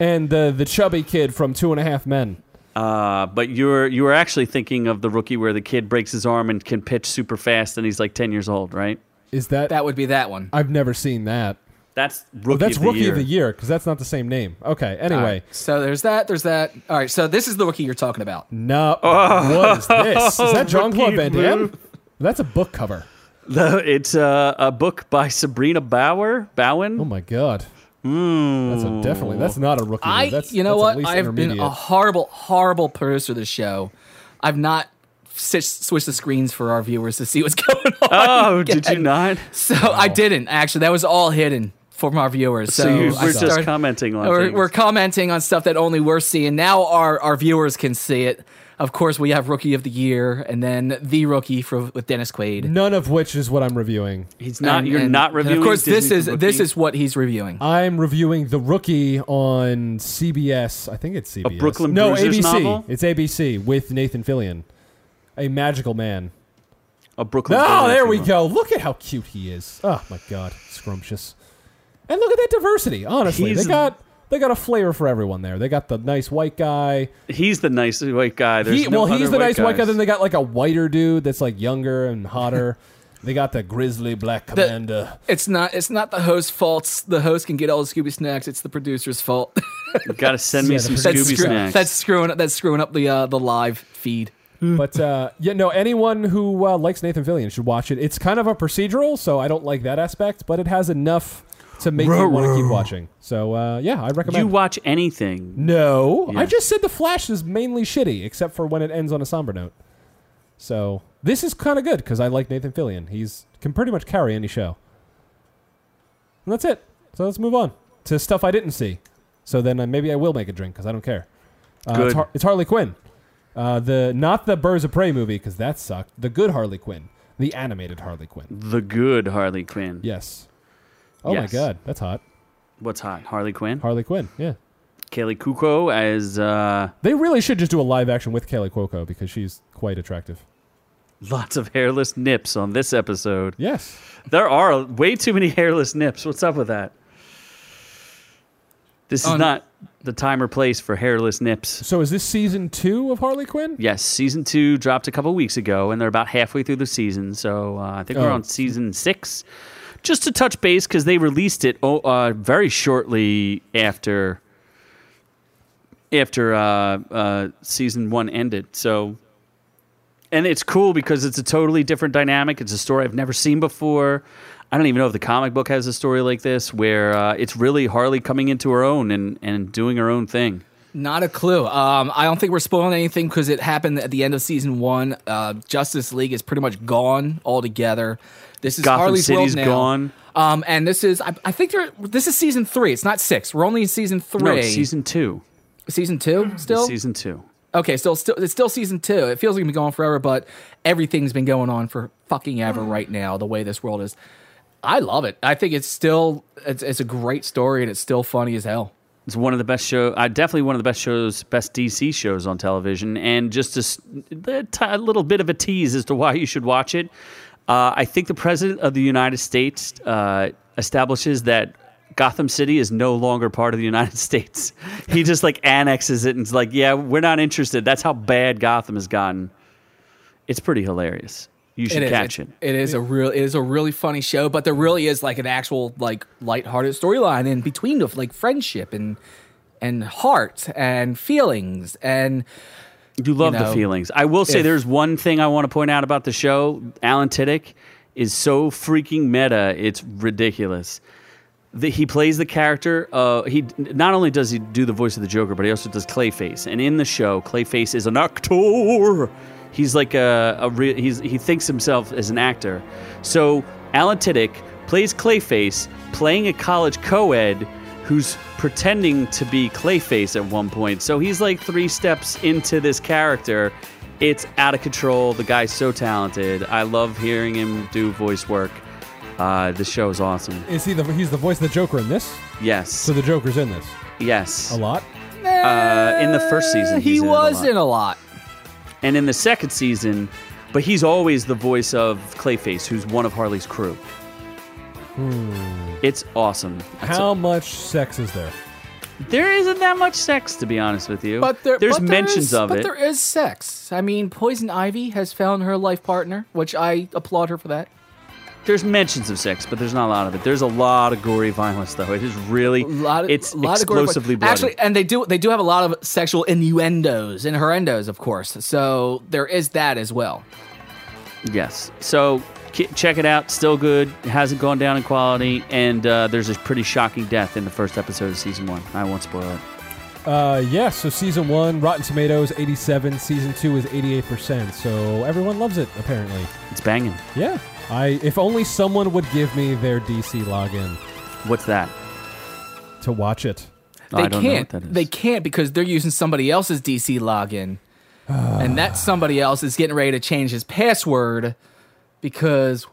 Speaker 4: and the the chubby kid from Two and a Half Men.
Speaker 1: Uh, but you're you were actually thinking of the rookie where the kid breaks his arm and can pitch super fast and he's like ten years old, right?
Speaker 4: Is that,
Speaker 3: That would be that one.
Speaker 4: I've never seen that.
Speaker 1: That's rookie.
Speaker 4: Well, that's
Speaker 1: of the
Speaker 4: Rookie
Speaker 1: year.
Speaker 4: of
Speaker 1: *laughs*
Speaker 4: the Year because that's not the same name. Okay.
Speaker 3: All
Speaker 4: Anyway,
Speaker 3: right, so there's that. There's that. All right. So this is the rookie you're talking about.
Speaker 4: no. What is this? Is that Jean Claude
Speaker 1: Rookie
Speaker 4: Van Damme?
Speaker 1: move.
Speaker 4: That's a book cover.
Speaker 1: No, it's uh, a book by Sabrina Bauer. Bowen.
Speaker 4: Oh my god. That's a, definitely that's not a rookie.
Speaker 3: I,
Speaker 4: move. That's,
Speaker 3: you know
Speaker 4: that's
Speaker 3: what?
Speaker 4: At least
Speaker 3: I've been a
Speaker 4: intermediate.
Speaker 3: horrible, horrible producer of the show. I've not si- switched the screens for our viewers to see what's *laughs* going on.
Speaker 1: Oh, did you not?
Speaker 3: So I didn't actually. That was all hidden from our viewers. So,
Speaker 1: So you,
Speaker 3: I
Speaker 1: we're just
Speaker 3: started-
Speaker 1: commenting on
Speaker 3: We're,
Speaker 1: things.
Speaker 3: we're commenting on stuff that only we're seeing. Now our our viewers can see it. Of course, we have Rookie of the Year, and then the Rookie for with Dennis Quaid.
Speaker 4: None of which is what I'm reviewing.
Speaker 1: He's not.
Speaker 3: And-
Speaker 1: you're
Speaker 3: and-
Speaker 1: not
Speaker 3: and
Speaker 1: reviewing.
Speaker 3: Of course, this
Speaker 1: Disney
Speaker 3: is
Speaker 1: for
Speaker 3: this
Speaker 1: rookie.
Speaker 3: is what he's reviewing.
Speaker 4: I'm reviewing The Rookie on CBS. I think it's CBS.
Speaker 1: Brooklyn
Speaker 4: no,
Speaker 1: Bruisers
Speaker 4: ABC.
Speaker 1: novel?
Speaker 4: It's ABC with Nathan Fillion, a magical man.
Speaker 1: a Brooklyn.
Speaker 4: Oh,
Speaker 1: Bruins
Speaker 4: there we
Speaker 1: team.
Speaker 4: go. Look at how cute he is. Oh my god, scrumptious. And look at that diversity. Honestly,
Speaker 1: He's-
Speaker 4: they got they got a flavor for everyone there. They got the nice white guy.
Speaker 1: He's the nice white guy. There's
Speaker 4: He,
Speaker 1: no
Speaker 4: well, he's
Speaker 1: other
Speaker 4: the nice white guy.
Speaker 1: guys.
Speaker 4: Then they got like a whiter dude that's like younger and hotter. they got the grizzly black
Speaker 3: The-
Speaker 4: commander.
Speaker 3: It's not it's not the host's fault. The host can get all the Scooby snacks. It's the producer's fault. *laughs*
Speaker 1: Gotta send me
Speaker 4: Yeah,
Speaker 1: some
Speaker 4: the
Speaker 3: that's,
Speaker 1: Scooby
Speaker 3: screw-
Speaker 1: snacks.
Speaker 3: that's screwing up. That's screwing up the uh, the live feed.
Speaker 4: but uh, yeah, no. Anyone who uh, likes Nathan Fillion should watch it. It's kind of a procedural, so I don't like that aspect, but it has enough to make me want to keep watching. So uh, yeah, I recommend.
Speaker 1: you watch anything?
Speaker 4: No,
Speaker 1: Yeah.
Speaker 4: I just said the Flash is mainly shitty, except for when it ends on a somber note. So this is kind of good because I like Nathan Fillion. He's can pretty much carry any show. And that's it. So let's move on to stuff I didn't see. So then uh, maybe I will make a drink because I don't care. Uh, It's,
Speaker 1: Good.
Speaker 4: Har- it's Harley Quinn. Uh, the not the Birds of Prey movie because that sucked. The good Harley Quinn, the animated Harley Quinn.
Speaker 1: The good Harley Quinn.
Speaker 4: Yes. Oh
Speaker 1: Mm-hmm. Yes.
Speaker 4: my God, that's hot.
Speaker 1: What's hot? Harley Quinn.
Speaker 4: Harley Quinn. Yeah.
Speaker 1: Kaylee Kuko as uh,
Speaker 4: They really should just do a live action with Kaylee Cuoco because she's quite attractive.
Speaker 1: lots of hairless nips on this episode.
Speaker 4: Yes.
Speaker 1: There are way too many hairless nips. What's up with that? This is
Speaker 3: On-
Speaker 1: not the time or place for hairless nips.
Speaker 4: So is this season two of Harley Quinn?
Speaker 1: Yes, season two dropped a couple weeks ago, and they're about halfway through the season. So uh, I think we're
Speaker 4: Oh.
Speaker 1: on season six. Just to touch base, because they released it oh, uh, very shortly after after uh, uh, season one ended. So and it's cool because it's a totally different dynamic. It's a story I've never seen before. I don't even know if the comic book has a story like this where uh, it's really Harley coming into her own and, and doing her own thing.
Speaker 3: Not a clue. Um, I don't think we're spoiling anything because it happened at the end of season one. Uh, Justice League is pretty much gone altogether. This is
Speaker 1: Gotham
Speaker 3: Harley's
Speaker 1: City's
Speaker 3: world now.
Speaker 1: gone.
Speaker 3: Um, and this is, I, I think, they're, this is season three. It's not six. We're only in season three.
Speaker 1: No, it's season two.
Speaker 3: Season two still.
Speaker 1: It's season two.
Speaker 3: Okay, still, still, it's still season two. It feels like it's been going forever, but everything's been going on for fucking
Speaker 1: Mm.
Speaker 3: ever right now. The way this world is, I love it. I think it's still, it's, it's a great story, and it's still funny as hell.
Speaker 1: It's one of the best show. Uh, definitely one of the best shows, best DC shows on television. And just a, s- a ti- a little bit of a tease as to why you should watch it. Uh, I think the president of the United States uh, establishes that Gotham City is no longer part of the United *laughs* States. He just like annexes it and is like, yeah, we're not interested. That's how bad Gotham has gotten. It's pretty hilarious. You should
Speaker 3: It is.
Speaker 1: catch it.
Speaker 3: It is a real, it is a really funny show, but there really is like an actual like lighthearted storyline in between of like friendship and and heart and feelings and
Speaker 1: You love
Speaker 3: know,
Speaker 1: the feelings. I will say
Speaker 3: if-
Speaker 1: there's one thing I want to point out about the show. Alan Tiddick is so freaking meta. It's ridiculous. The, he plays the character. Uh, he not only does he do the voice of the Joker, but he also does Clayface. And in the show, Clayface is an actor. He's like a, a real. He's he thinks himself as an actor. So Alan Tiddick plays Clayface, playing a college co-ed who's pretending to be Clayface at one point. So he's like three steps into this character. It's out of control. The guy's so talented. I love hearing him do voice work. Uh, the show is awesome.
Speaker 4: Is he the? He's the voice of the Joker in this.
Speaker 1: Yes.
Speaker 4: So the Joker's in this
Speaker 1: Yes.
Speaker 4: a lot.
Speaker 1: Uh, in the first season,
Speaker 3: he
Speaker 1: he's
Speaker 3: was
Speaker 1: in it
Speaker 3: in a lot.
Speaker 1: and in the second season, but he's always the voice of Clayface, who's one of Harley's crew.
Speaker 3: Hmm.
Speaker 1: It's awesome.
Speaker 4: How much sex is there?
Speaker 1: There isn't that much sex, to be honest with you.
Speaker 3: But there,
Speaker 1: there's
Speaker 3: but there
Speaker 1: mentions
Speaker 3: is-
Speaker 1: of
Speaker 3: but
Speaker 1: it.
Speaker 3: there is sex. I mean, Poison Ivy has found her life partner, which I applaud her for that.
Speaker 1: There's mentions of sex, but there's not a lot of it. There's a lot of gory violence, though. It is really,
Speaker 3: A lot of,
Speaker 1: it's
Speaker 3: a lot
Speaker 1: explosively
Speaker 3: of
Speaker 1: bloody.
Speaker 3: gore- Actually, and they do they do have a lot of sexual innuendos and horrendos, of course. So there is that as well.
Speaker 1: Yes. So k- check it out. Still good. It hasn't gone down in quality. And uh, there's a pretty shocking death in the first episode of season one. I won't spoil it.
Speaker 4: Uh, yes. so season one, Rotten Tomatoes, eighty-seven. Season two is eighty-eight percent. So everyone loves it apparently.
Speaker 1: It's banging.
Speaker 4: Yeah. I if only someone would give me their DC login
Speaker 1: What's that?
Speaker 4: to watch it.
Speaker 3: They can't. They can't because they're using somebody else's DC login, and
Speaker 4: Ah.
Speaker 3: that somebody else is getting ready to change his password because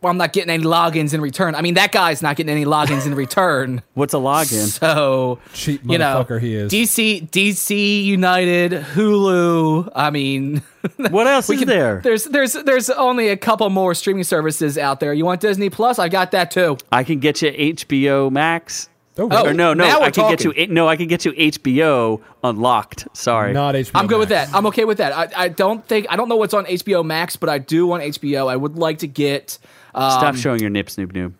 Speaker 3: well, I'm not getting any logins in return. I mean, that guy's not getting any logins in
Speaker 4: *laughs*
Speaker 3: return.
Speaker 1: What's a login?
Speaker 3: *laughs* So
Speaker 4: cheap
Speaker 3: you know,
Speaker 4: motherfucker he is.
Speaker 3: DC, DC United, Hulu. I mean,
Speaker 1: what else
Speaker 3: *laughs*
Speaker 1: is there?
Speaker 3: There's there's there's only a couple more streaming services out there. You want Disney Plus? I got that too.
Speaker 1: I can get you HBO Max.
Speaker 4: Oh,
Speaker 3: Oh,
Speaker 1: or no, no,
Speaker 3: now we're
Speaker 1: I can get you.
Speaker 3: talking.
Speaker 1: No, I can get you HBO unlocked. Sorry,
Speaker 4: Not HBO.
Speaker 3: I'm good with that. I'm okay with that. I, I don't think I don't know what's on HBO Max, but I do want HBO. I would like to get. Um,
Speaker 1: Stop showing your nip, Snoop Noob.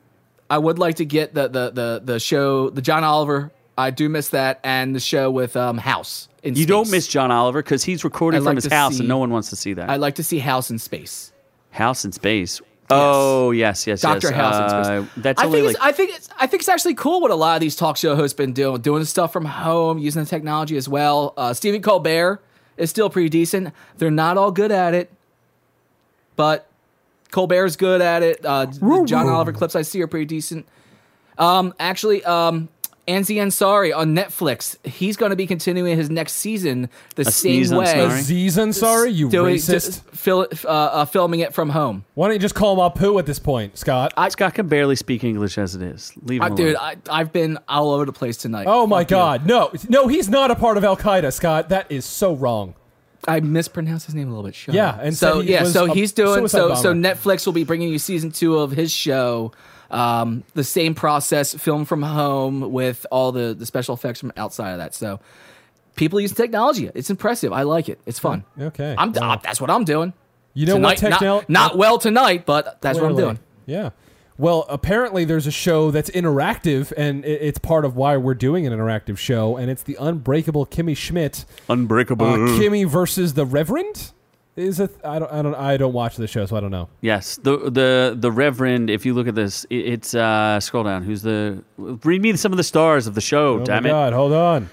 Speaker 3: I would like to get the the the the show, the John Oliver. I do miss that, and the show with um, House. In
Speaker 1: You don't
Speaker 3: space.
Speaker 1: miss John Oliver because he's recording
Speaker 3: I'd
Speaker 1: from
Speaker 3: like
Speaker 1: his
Speaker 3: to
Speaker 1: house,
Speaker 3: see-
Speaker 1: and no one wants to see that.
Speaker 3: I like to see House in space.
Speaker 1: House in space. Oh yes, yes,
Speaker 3: Doctor
Speaker 1: yes.
Speaker 3: House in
Speaker 1: Uh,
Speaker 3: space.
Speaker 1: that's
Speaker 3: I
Speaker 1: only
Speaker 3: think
Speaker 1: like
Speaker 3: it's, I think it's, I think it's actually cool what a lot of these talk show hosts been doing, doing stuff from home, using the technology as well. Uh, Stephen Colbert is still pretty decent. They're not all good at it, but Colbert's good at it. Uh, the John Oliver clips I see are pretty decent. Um, actually, um, Anzi Ansari on Netflix, he's going to be continuing his next season the
Speaker 1: A
Speaker 3: same
Speaker 1: sneeze Ansari?
Speaker 3: way.
Speaker 4: Z's and sorry, you
Speaker 3: Doing,
Speaker 4: racist.
Speaker 3: fil- uh, uh, filming it from home.
Speaker 4: Why don't you just call him Apu at this point, Scott?
Speaker 1: Scott can barely speak English as it is. Leave
Speaker 3: I,
Speaker 1: him alone.
Speaker 3: dude, I, I've been all over the place tonight.
Speaker 4: oh my
Speaker 3: Fuck you.
Speaker 4: God, no, no, he's not a part of Al Qaeda, Scott. That is so wrong.
Speaker 3: I mispronounced his name a little bit. Shut
Speaker 4: Yeah,
Speaker 3: up.
Speaker 4: and
Speaker 3: so
Speaker 4: said he
Speaker 3: yeah,
Speaker 4: was
Speaker 3: so
Speaker 4: a
Speaker 3: he's doing
Speaker 4: suicide
Speaker 3: so. So
Speaker 4: bomber.
Speaker 3: Netflix will be bringing you season two of his show, um, the same process, film from home with all the the special effects from outside of that. So people use technology. It's impressive. I like it. It's fun.
Speaker 4: Okay,
Speaker 3: I'm
Speaker 4: wow.
Speaker 3: uh, that's what I'm doing.
Speaker 4: You know what
Speaker 3: Tonight, not-
Speaker 4: technol-
Speaker 3: Not, well tonight, but that's what I'm
Speaker 4: Clearly.
Speaker 3: doing.
Speaker 4: Yeah. Well, apparently there's a show that's interactive, and i- it's part of why we're doing an interactive show, and it's the Unbreakable Kimmy Schmidt,
Speaker 1: Unbreakable.
Speaker 4: uh, Kimmy versus the Reverend. is a th- I don't I don't I don't watch the show, so I don't know.
Speaker 1: Yes, the the the Reverend. If you look at this, it, it's uh, scroll down. Who's the? Read me some of the stars of the show.
Speaker 4: Oh
Speaker 1: damn
Speaker 4: my
Speaker 1: it!
Speaker 4: God, hold on.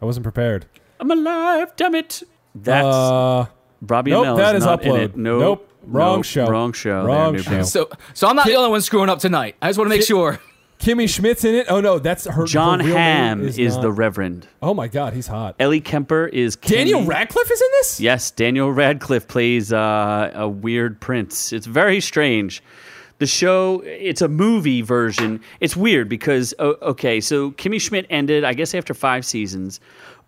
Speaker 4: I wasn't prepared.
Speaker 1: I'm alive. Damn it! That's
Speaker 4: uh,
Speaker 1: Robbie
Speaker 4: nope,
Speaker 1: Amell
Speaker 4: that is
Speaker 1: not in
Speaker 4: upload.
Speaker 1: it. Nope.
Speaker 4: Nope, wrong
Speaker 1: Nope.
Speaker 4: show.
Speaker 1: Wrong show. there,
Speaker 4: Wrong
Speaker 1: new
Speaker 4: show.
Speaker 1: people.
Speaker 3: So, so I'm not the only one screwing up tonight. I just want to make sure.
Speaker 4: Kimmy Schmidt's in it. Oh no, that's her.
Speaker 1: John
Speaker 4: her real name
Speaker 1: Hamm is,
Speaker 4: is, not-
Speaker 1: the Reverend.
Speaker 4: Oh my God, he's hot.
Speaker 1: Ellie Kemper is
Speaker 4: Daniel
Speaker 1: Kenny.
Speaker 4: Radcliffe is in this.
Speaker 1: Yes, Daniel Radcliffe plays uh, a weird prince. It's very strange. The show, it's a movie version. It's weird because, o- okay, so Kimmy Schmidt ended, I guess, after five seasons,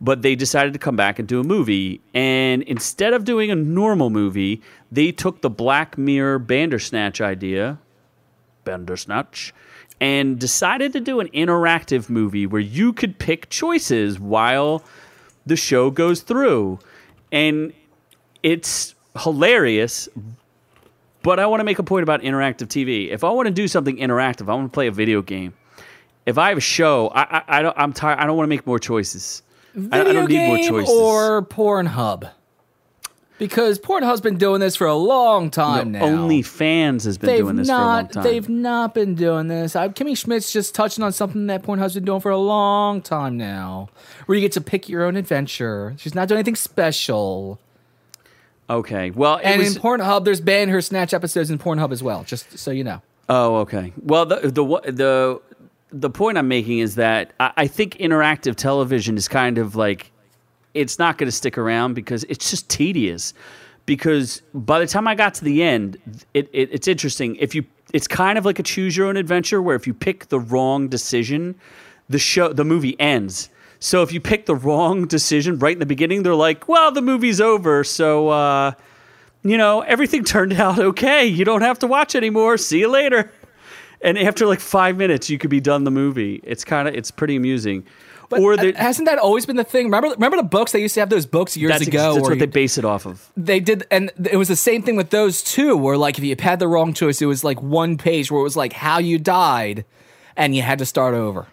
Speaker 1: but they decided to come back and do a movie. And instead of doing a normal movie, they took the Black Mirror Bandersnatch idea, Bandersnatch, and decided to do an interactive movie where you could pick choices while the show goes through. And it's hilarious, but I want to make a point about interactive TV. If I want to do something interactive, I want to play a video game. If I have a show, I, I, I don't, I'm tired. I don't want to make more choices. I, I
Speaker 3: Video
Speaker 1: don't need more
Speaker 3: game
Speaker 1: choices.
Speaker 3: Or Pornhub. Because Pornhub's been doing this for a long time now.
Speaker 1: Only fans has been
Speaker 3: they've
Speaker 1: doing this
Speaker 3: not,
Speaker 1: for a long time.
Speaker 3: They've not been doing this. I, Kimmy Schmidt's just touching on something that Pornhub's been doing for a long time now, where you get to pick your own adventure. She's not doing anything special.
Speaker 1: Okay. Well, it
Speaker 3: and
Speaker 1: was-
Speaker 3: in Pornhub, there's banned her snatch episodes in Pornhub as well. Just so you know.
Speaker 1: Oh, okay. Well, the the wha- the the point I'm making is that I, I think interactive television is kind of like it's not going to stick around because it's just tedious. Because by the time I got to the end, it, it it's interesting. If you, it's kind of like a choose your own adventure where if you pick the wrong decision, the show the movie ends. So if you pick the wrong decision right in the beginning, they're like, "Well, the movie's over." So. uh you know, everything *laughs* turned out okay. You don't have to watch anymore. See you later. And after like five minutes, you could be done the movie. It's kind of it's pretty amusing. or the,
Speaker 3: Uh, hasn't that always been the thing? Remember, remember the books they used to have those books years
Speaker 1: that's, ex-
Speaker 3: ago.
Speaker 1: that's
Speaker 3: where
Speaker 1: what they
Speaker 3: you-
Speaker 1: base it off of.
Speaker 3: they did and it was the same thing with those two where like if you had the wrong choice it was like one page where it was like how you died and you had to start over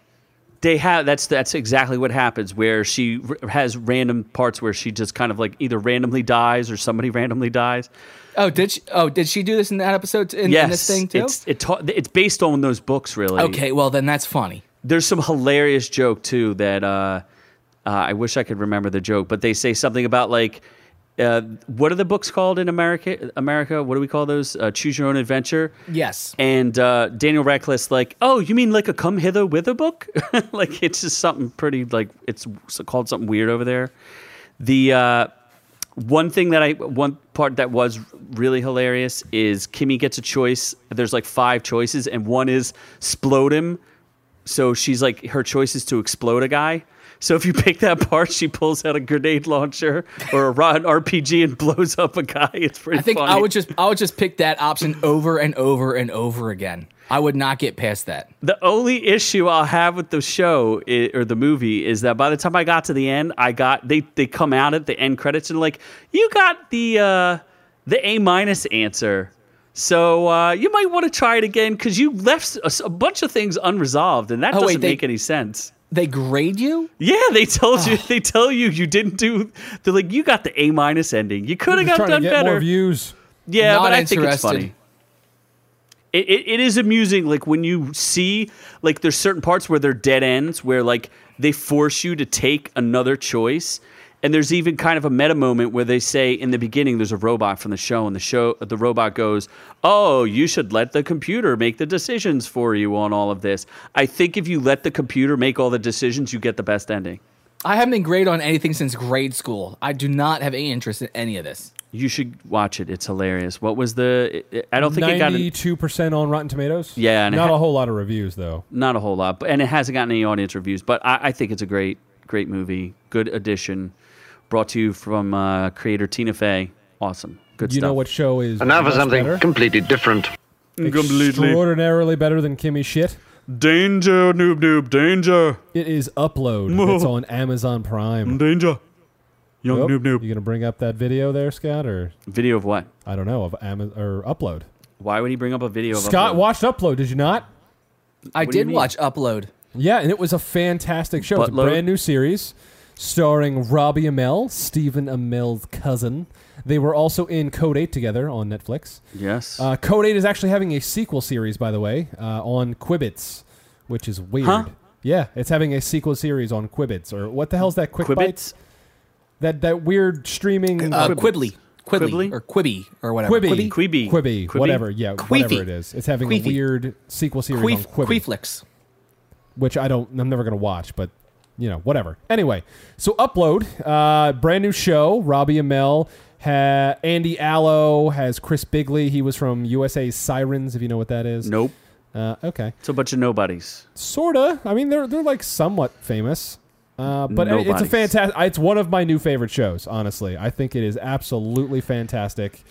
Speaker 1: They have that's that's exactly what happens. Where she r- has random parts where she just kind of like either randomly dies or somebody *laughs* randomly dies.
Speaker 3: oh did she oh did she do this in that episode t- in, in
Speaker 1: yes,
Speaker 3: this thing too
Speaker 1: it's it ta- it's based on those books really.
Speaker 3: okay well then that's funny
Speaker 1: there's some hilarious joke too that uh, uh, I wish I could remember the joke, but they say something about like, uh, what are the books called in America? America, what do we call those? Uh, Choose Your Own Adventure.
Speaker 3: yes
Speaker 1: And uh, Daniel Radcliffe's like, oh, you mean like a come hither whither book? *laughs* like it's just something pretty like it's called something weird over there. The uh, one thing that I one part that was really hilarious is Kimmy gets a choice. There's like five choices, and one is explode him. So she's like her choice is to explode a guy. So if you pick that part, she pulls out a grenade launcher or a ro- an RPG and blows up a guy. It's pretty.
Speaker 3: i think
Speaker 1: funny.
Speaker 3: i would just i would just pick that option over and over and over again i would not get past that
Speaker 1: The only issue I'll have with the show i or the movie is that by the time I got to the end, I got they they come out at the end credits and like you got the uh, the A minus answer, so uh, you might want to try it again because you left a, s- a bunch of things unresolved and that
Speaker 3: Oh, wait,
Speaker 1: doesn't
Speaker 3: they-
Speaker 1: make any sense.
Speaker 3: they grade you
Speaker 1: Yeah, they told
Speaker 4: *sighs*
Speaker 1: you they tell you you didn't do. They're like you got the A minus ending. You could have
Speaker 4: Just
Speaker 1: got done
Speaker 4: trying to get
Speaker 1: better.
Speaker 4: More views.
Speaker 1: Yeah,
Speaker 3: Not
Speaker 1: but I think it's
Speaker 3: interested.
Speaker 1: funny. It, it, it is amusing, like when you see, like there's certain parts where they're dead ends, where like they force you to take another choice, and there's even kind of a meta moment where they say in the beginning there's a robot from the show, and the show the robot goes, "Oh, you should let the computer make the decisions for you on all of this." I think if you let the computer make all the decisions, you get the best ending.
Speaker 3: i haven't been graded on anything since grade school i do not have any interest in any of this
Speaker 1: You should watch it; it's hilarious. What was the? I don't think it got an,
Speaker 4: ninety-two percent on Rotten Tomatoes.
Speaker 1: Yeah, and it
Speaker 4: not
Speaker 1: ha-
Speaker 4: a whole lot of reviews though.
Speaker 1: not a whole lot, but, and it hasn't gotten any audience reviews. But I, I think it's a great, great movie, good addition. Brought to you from uh, creator Tina Fey. Awesome, good
Speaker 4: you
Speaker 1: stuff.
Speaker 4: know what show is
Speaker 6: And now for
Speaker 4: much
Speaker 6: something
Speaker 4: better?
Speaker 6: completely different.
Speaker 4: extraordinarily better than Kimmy shit.
Speaker 1: Danger, noob, noob, danger.
Speaker 4: It is Upload.
Speaker 1: Mo.
Speaker 4: It's on Amazon Prime.
Speaker 1: Danger. Young noob noob.
Speaker 4: You gonna bring up that video there, Scott, or
Speaker 1: Video of what?
Speaker 4: I don't know of Amazon or Upload.
Speaker 1: Why would he bring up a video of
Speaker 4: Scott
Speaker 1: Upload?
Speaker 4: watched Upload. Did you not?
Speaker 3: i
Speaker 1: What do you
Speaker 3: did
Speaker 1: mean?
Speaker 3: watch upload
Speaker 4: Yeah, and it was a fantastic show. It's a
Speaker 1: Buttload?
Speaker 4: brand new series. starring Robbie Amell, Stephen Amell's cousin. They were also in Code 8 together on Netflix.
Speaker 1: Yes.
Speaker 4: Uh, Code 8 is actually having a sequel series, by the way, uh, on Quibbits, which is weird.
Speaker 1: Huh?
Speaker 4: Yeah, it's having a sequel series on Quibbits. Or what the hell's that? Quick
Speaker 1: Quibbits?
Speaker 4: Bites? That, that weird streaming.
Speaker 3: Uh, Quibbly. Quibbly. Or Quibby or whatever.
Speaker 4: Quibby.
Speaker 1: Quibby.
Speaker 4: Quibby.
Speaker 3: Quibby?
Speaker 4: Whatever. Yeah,
Speaker 3: Queefy.
Speaker 4: whatever it is. It's having
Speaker 3: Queefy.
Speaker 4: a weird sequel series
Speaker 3: Queef-
Speaker 4: on Quibby. Which I don't, I'm never going to watch, but, you know, whatever. Anyway, so Upload, uh, brand new show. Robbie Amell, ha- Andy Allo has Chris Bigley. He was from USA's Sirens, if you know what that is.
Speaker 1: Nope.
Speaker 4: Uh, okay.
Speaker 1: It's a bunch of nobodies.
Speaker 4: Sorta. I mean, they're, they're like somewhat famous. Uh, but I- it's a
Speaker 1: Nobodies.
Speaker 4: fantastic. It's one of my new favorite shows. Honestly, I think it is absolutely fantastic.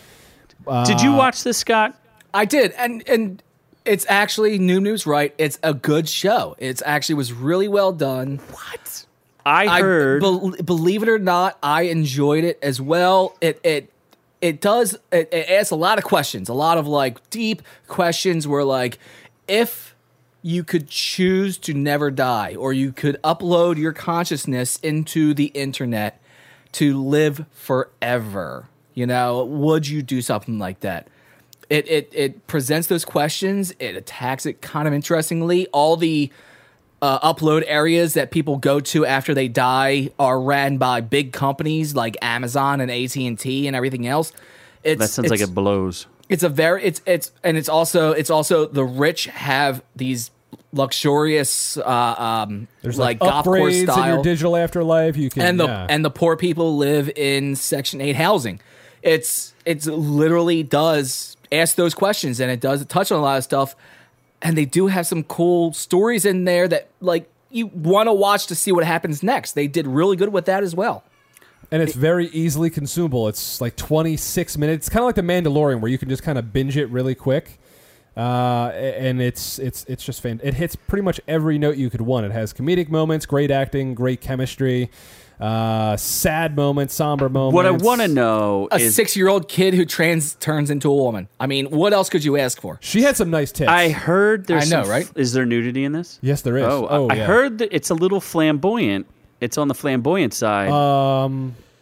Speaker 4: Uh,
Speaker 1: Did you watch this, Scott?
Speaker 3: I did, and and it's actually New News right. It's a good show. It's actually was really well done. What
Speaker 1: I heard-
Speaker 3: bel- believe it or not, I enjoyed it as well. It it it does it, it asks a lot of questions, a lot of like deep questions where like if you could choose to never die or you could upload your consciousness into the internet to live forever you know would you do something like that it it, it presents those questions it attacks it kind of interestingly all the uh, upload areas that people go to after they die are ran by big companies like amazon and at&t and everything else it's,
Speaker 1: that sounds like
Speaker 3: it's-
Speaker 1: it blows.
Speaker 3: it's a very it's it's and it's also it's also the rich have these luxurious uh um
Speaker 4: There's
Speaker 3: like,
Speaker 4: like,
Speaker 3: golf course
Speaker 4: upgrades in
Speaker 3: style
Speaker 4: your digital afterlife. You can
Speaker 3: and the
Speaker 4: yeah.
Speaker 3: and the poor people live in section 8 housing it's it's literally does ask those questions and it does touch on a lot of stuff and they do have some cool stories in there that like you want to watch to see what happens next they did really good with that as well
Speaker 4: And it's very easily consumable. It's like 26 minutes. It's kind of like The Mandalorian, where you can just kind of binge it really quick. Uh, a- and it's it's it's just fan. It hits pretty much every note you could want. It has comedic moments, great acting, great chemistry, uh, sad moments, somber moments.
Speaker 1: What I want to know
Speaker 3: a
Speaker 1: is
Speaker 3: six-year-old kid who trans turns into a woman i mean what else could you ask for
Speaker 4: She had some nice tips.
Speaker 1: I heard there's
Speaker 3: I know,
Speaker 1: some f-
Speaker 3: right?
Speaker 1: Is there nudity in this?
Speaker 4: Yes, there is.
Speaker 1: Oh, I-
Speaker 4: Oh,
Speaker 1: I,
Speaker 4: yeah.
Speaker 1: heard that it's a little flamboyant. It's on the flamboyant side.
Speaker 3: Uh,
Speaker 4: Um,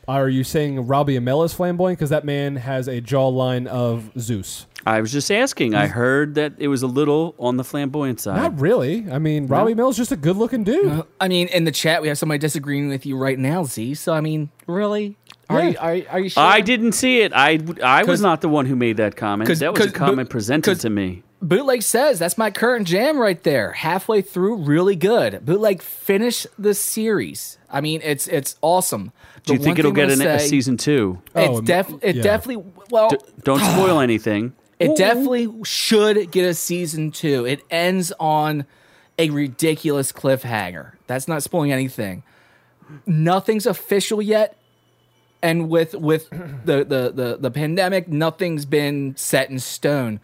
Speaker 4: are you saying Robbie Amell is flamboyant? Because that man has a jawline of Zeus.
Speaker 1: I was just asking. I heard that it was a little on the flamboyant side.
Speaker 4: Not really. I mean, Robbie Amell's just a good-looking dude.
Speaker 1: Uh,
Speaker 3: I mean, in the chat, we have somebody disagreeing with you right now, Z. So, I mean, really? Are, you, are, you- are you sure?
Speaker 1: I didn't see it. I, w- I was not the one who made that comment.
Speaker 3: 'cause-
Speaker 1: That was a
Speaker 3: 'cause-
Speaker 1: comment
Speaker 3: but-
Speaker 1: presented
Speaker 3: 'cause-
Speaker 1: to me.
Speaker 3: Bootleg says that's my current jam right there. Halfway through, really good. Bootleg, finish the series. I mean, it's it's awesome.
Speaker 1: Do you
Speaker 3: The
Speaker 1: think
Speaker 3: one
Speaker 1: it'll
Speaker 3: thing
Speaker 1: get
Speaker 3: I'm
Speaker 1: an,
Speaker 3: gonna
Speaker 1: a
Speaker 3: say, Oh.
Speaker 1: season two?
Speaker 3: It's def- it definitely well.
Speaker 1: D- don't
Speaker 3: *sighs*
Speaker 1: spoil anything.
Speaker 3: It definitely should get a season two. It ends on a ridiculous cliffhanger. That's not spoiling anything. Nothing's official yet, and with with *clears throat* the the the, the pandemic, nothing's been set in stone.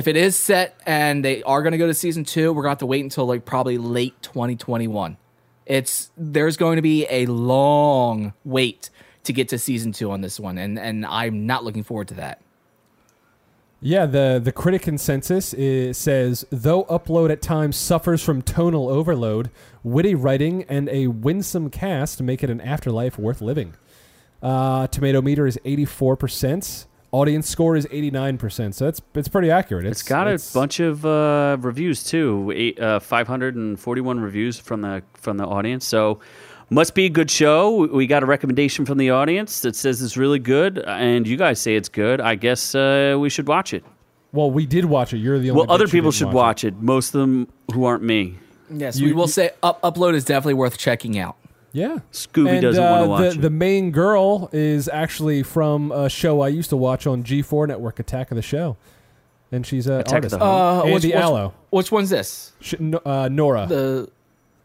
Speaker 3: If it is set and they are going to go to season two, we're going to have to wait until like probably late 2021. It's there's going to be a long wait to get to season two on this one, and and I'm not looking forward to that.
Speaker 4: Yeah, the the critic consensus is, says though upload at times suffers from tonal overload, witty writing and a winsome cast make it an afterlife worth living. Uh, tomato meter is eighty four percent. Audience score is eighty nine percent. So that's it's pretty accurate. It's
Speaker 1: Got a
Speaker 4: it's-
Speaker 1: bunch of uh, reviews too. Eight, uh, 541 reviews from the from the audience. So must be a good show. We- We got a recommendation from the audience that says it's really good, and you guys say it's good. I guess uh, we should watch it.
Speaker 4: Well, we did watch it. You're the only
Speaker 1: well, other
Speaker 4: bitch who
Speaker 1: people
Speaker 4: didn't
Speaker 1: should
Speaker 4: watch
Speaker 1: watch it. Most of them who aren't me.
Speaker 3: Yes,
Speaker 4: You-
Speaker 3: we will say up, upload is definitely worth checking out.
Speaker 4: it. Yeah.
Speaker 1: Scooby
Speaker 4: and,
Speaker 1: doesn't
Speaker 4: uh,
Speaker 1: want to
Speaker 4: the,
Speaker 1: watch it.
Speaker 4: The main girl is actually from a show I used to watch on G4 Network, Attack of the Show, and she's a
Speaker 1: Attack of the
Speaker 4: artist.
Speaker 1: Hunt.
Speaker 3: Uh, which-
Speaker 4: Andy
Speaker 3: which-
Speaker 4: Allo,
Speaker 3: Which one's this?
Speaker 4: Sh- no- uh, Nora,
Speaker 3: The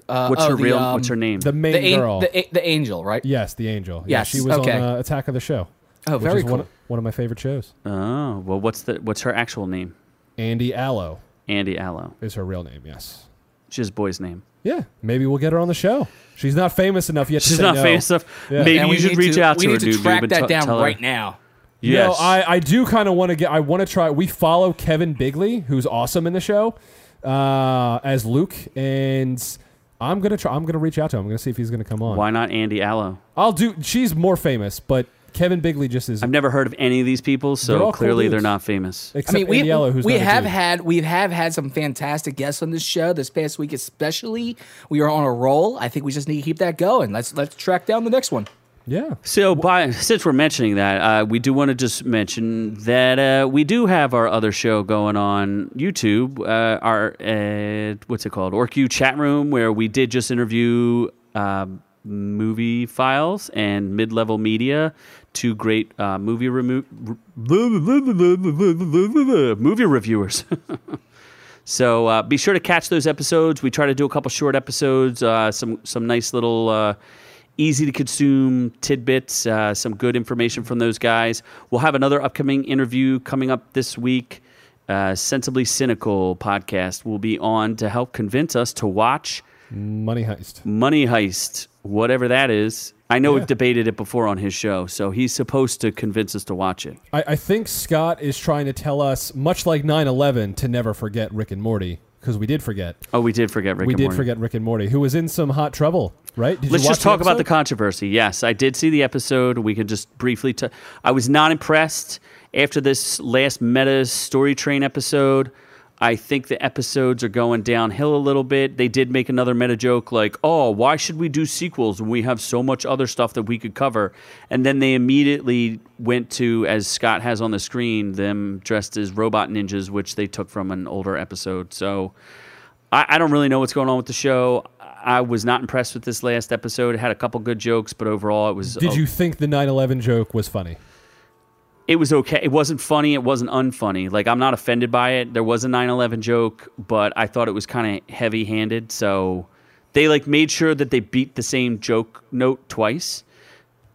Speaker 3: uh,
Speaker 1: What's
Speaker 3: oh,
Speaker 1: her
Speaker 3: the,
Speaker 1: real?
Speaker 3: um,
Speaker 1: what's her name?
Speaker 4: the main
Speaker 3: the, an-
Speaker 4: girl.
Speaker 3: the, a- the angel, right?
Speaker 4: yes, the angel.
Speaker 3: Yes,
Speaker 4: yeah, she was
Speaker 3: okay.
Speaker 4: on uh, Attack of the Show.
Speaker 3: Oh,
Speaker 4: which
Speaker 3: very
Speaker 4: is one,
Speaker 3: cool. Uh.
Speaker 4: one of my favorite shows.
Speaker 1: oh, well, what's the what's her actual name?
Speaker 4: Andy Allo
Speaker 1: Andy Allo.
Speaker 4: is her real name. Yes.
Speaker 1: It's his boy's name.
Speaker 4: Yeah, maybe we'll get her on the show. She's not famous enough yet. to
Speaker 1: She's
Speaker 4: say
Speaker 1: not
Speaker 4: no.
Speaker 1: famous enough.
Speaker 4: Yeah.
Speaker 1: Maybe
Speaker 3: And
Speaker 1: you
Speaker 3: we
Speaker 1: should
Speaker 3: need
Speaker 1: reach
Speaker 3: to-
Speaker 1: out to
Speaker 3: we
Speaker 1: her,
Speaker 3: need to
Speaker 1: dude.
Speaker 3: track
Speaker 1: dude,
Speaker 3: that
Speaker 1: but t-
Speaker 3: down
Speaker 1: tell her-
Speaker 3: right now.
Speaker 1: Yes.
Speaker 4: No, I, I do kind of want to get. I want to try. We follow Kevin Bigley, who's awesome in the show, uh, as Luke, and I'm gonna try. I'm gonna reach out to him. I'm gonna see if he's gonna come on.
Speaker 1: Why not Andy Allo?
Speaker 4: I'll do. She's more famous, but Kevin Bigley just is.
Speaker 1: I've never heard of any of these people,
Speaker 4: They're
Speaker 1: so
Speaker 4: all cool
Speaker 1: clearly they're
Speaker 4: dudes.
Speaker 1: not famous.
Speaker 4: Except
Speaker 3: I mean, we,
Speaker 4: Andy Allo, who's
Speaker 3: we
Speaker 4: not a
Speaker 3: have
Speaker 4: dude.
Speaker 3: had we have had some fantastic guests on this show this past week, especially. We are on a roll. I think we just need to keep that going. Let's let's track down the next one.
Speaker 4: Yeah.
Speaker 1: So, by, since we're mentioning that, uh, we do want to just mention that uh, we do have our other show going on YouTube. Uh, our uh, what's it called? OrcU chat room, where we did just interview uh, movie files and mid-level media, two great uh, movie remo- *laughs* movie reviewers. *laughs* So uh, be sure to catch those episodes. We try to do a couple short episodes, uh, some some nice little uh, easy to consume tidbits, uh, some good information from those guys. We'll have another upcoming interview coming up this week. Uh, Sensibly Cynical podcast will be on to help convince us to watch
Speaker 4: Money Heist.
Speaker 1: Money Heist, whatever that is. I know
Speaker 4: Yeah.
Speaker 1: we've debated it before on his show, so he's supposed to convince us to watch it.
Speaker 4: I, I think Scott is trying to tell us, much like 9/11, to never forget Rick and Morty because we did forget.
Speaker 1: Oh, we did forget Rick
Speaker 4: we
Speaker 1: and
Speaker 4: did
Speaker 1: Morty.
Speaker 4: forget Rick and Morty, who was in some hot trouble, right? Did you
Speaker 1: Let's
Speaker 4: watch
Speaker 1: just talk about the
Speaker 4: episode?
Speaker 1: controversy. Yes, I did see the episode. We could just briefly. T- I was not impressed after this last meta story train episode. I think the episodes are going downhill a little bit. They did make another meta joke like, "Oh, why should we do sequels when we have so much other stuff that we could cover?" And then they immediately went to, as Scott has on the screen, them dressed as robot ninjas, which they took from an older episode. So. I, I don't really know what's going on with the show. I was not impressed with this last episode. It had a couple good jokes, but overall, it was
Speaker 4: Did
Speaker 1: o-
Speaker 4: you think the 9/11 joke was funny?
Speaker 1: It was okay. It wasn't funny. It wasn't unfunny. Like I'm not offended by it. There was a 9/11 joke, but I thought it was kind of heavy-handed. So they like made sure that they beat the same joke note twice,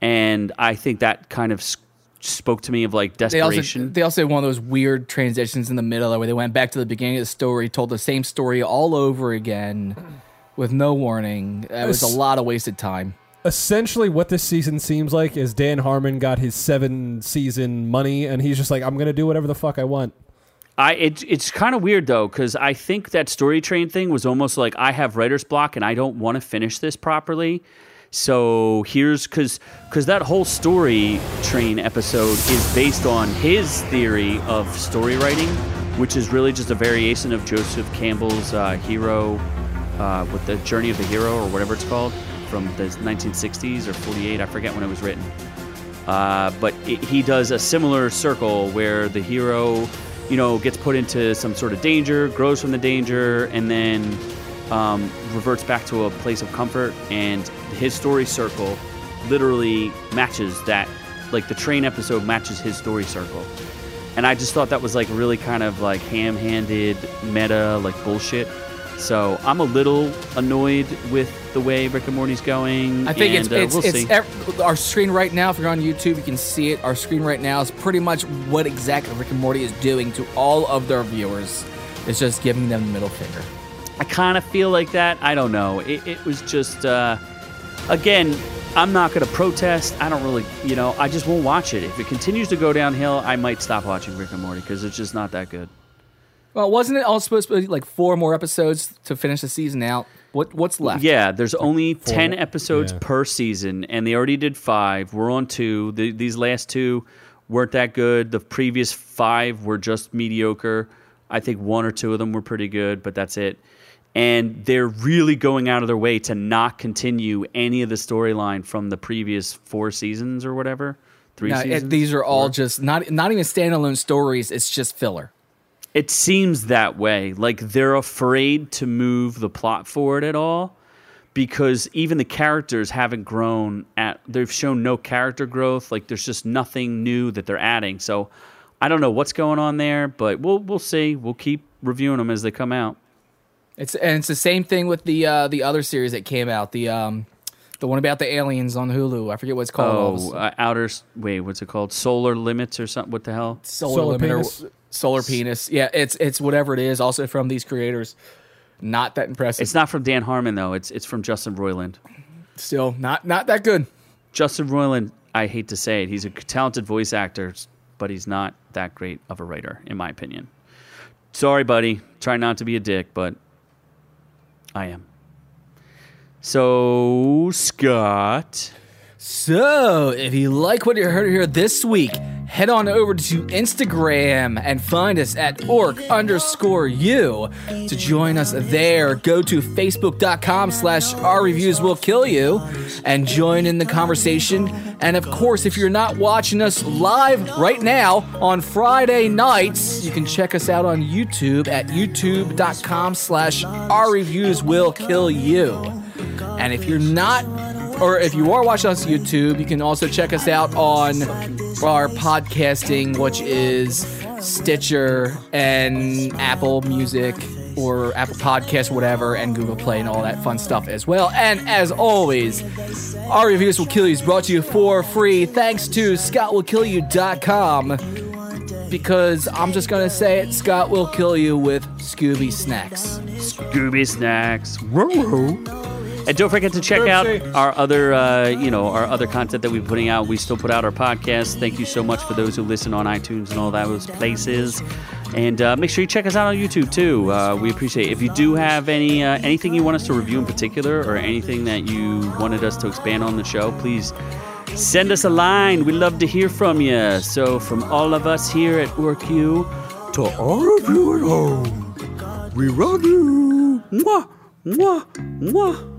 Speaker 1: and I think that kind of s- spoke to me of like
Speaker 3: They also
Speaker 1: desperation.
Speaker 3: they also had one of those weird transitions in the middle where they went back to the beginning of the story, told the same story all over again, *clears throat* with no warning. It was a
Speaker 4: It's-
Speaker 3: lot of wasted time.
Speaker 4: essentially what this season seems like is Dan Harmon got his seven season money and he's just like, I'm gonna do whatever the fuck I want.
Speaker 1: I it, it's kind of weird though because I think that story train thing was almost like I have writer's block and I don't want to finish this properly. So here's because because that whole story train episode is based on his theory of story writing, which is really just a variation of Joseph Campbell's uh, hero uh, with the Journey of the Hero or whatever it's called from the 1960s or 48. I forget when it was written. Uh, but it, he does a similar circle where the hero, you know, gets put into some sort of danger, grows from the danger, and then um, reverts back to a place of comfort. And his story circle literally matches that. Like the train episode matches his story circle. And I just thought that was like really kind of like ham handed meta, like bullshit. So I'm a little annoyed with the way Rick and Morty's going.
Speaker 3: I think
Speaker 1: and,
Speaker 3: it's
Speaker 1: uh,
Speaker 3: it's,
Speaker 1: we'll see.
Speaker 3: it's ev- our screen right now. If you're on YouTube, you can see it. Our screen right now is pretty much what exactly Rick and Morty is doing to all of their viewers. It's just giving them the middle finger.
Speaker 1: I kind of feel like that. I don't know. It, it was just, uh, again, I'm not going to protest. I don't really, you know, I just won't watch it. If it continues to go downhill, I might stop watching Rick and Morty because it's just not that good.
Speaker 3: Well, wasn't it all supposed to be like four more episodes to finish the season out? What what's left?
Speaker 1: Yeah, there's only
Speaker 3: Four.
Speaker 1: 10 episodes per season, and they already did five. We're on two. The, these last two weren't that good. The previous five were just mediocre. I think one or two of them were pretty good, but that's it. And they're really going out of their way to not continue any of the storyline from the previous four seasons or whatever. Three
Speaker 3: No, it-
Speaker 1: seasons.
Speaker 3: these are all just not not even standalone stories. It's just filler.
Speaker 1: It seems that way. Like they're afraid to move the plot forward at all because even the characters haven't grown at they've shown no character growth. Like there's just nothing new that they're adding. So I don't know what's going on there, but we'll we'll see. We'll keep reviewing them as they come out.
Speaker 3: It's and it's the same thing with the uh, the other series that came out. The um the one about the aliens on Hulu. I forget what it's called. all of a
Speaker 1: Oh,
Speaker 3: sudden.
Speaker 1: uh, outer s- wait, what's it called? Solar limits or something? What the hell?
Speaker 3: solar, limit Or, solar penis. Yeah, it's it's whatever it is. Also from these creators, not that impressive.
Speaker 1: It's not from Dan Harmon though. It's it's from Justin Roiland.
Speaker 3: Still not not that good.
Speaker 1: Justin Roiland, I hate to say it, he's a talented voice actor, but he's not that great of a writer, in my opinion. Sorry, buddy. Try not to be a dick, but I am. So, Scott.
Speaker 3: So, if you like what you heard here this week, head on over to Instagram and find us at orc underscore you to join us there. Go to facebook.com slash our reviews will kill you and join in the conversation. And of course, if you're not watching us live right now on Friday nights, you can check us out on YouTube at youtube.com slash our reviews will kill you. And if you're not, or if you are watching us on YouTube, you can also check us out on our podcasting, which is Stitcher and Apple Music or Apple Podcast, whatever, and Google Play and all that fun stuff as well. And as always, our reviews will kill you is brought to you for free thanks to ScottWillKillYou.com because I'm just gonna say it, Scott will kill you with Scooby Snacks.
Speaker 1: Scooby Snacks. Woo-woo. And don't forget to check out our other, uh, you know, our other content that we're putting out. We still put out our podcast. Thank you so much for those who listen on iTunes and all those places. And uh, make sure you check us out on YouTube too. Uh, we appreciate. It. If you do have any uh, anything you want us to review in particular, or anything that you wanted us to expand on the show, please send us a line. We love to hear from you. So from all of us here at WorkU to all of you at home, we love you. Mwah, mwah, mwah.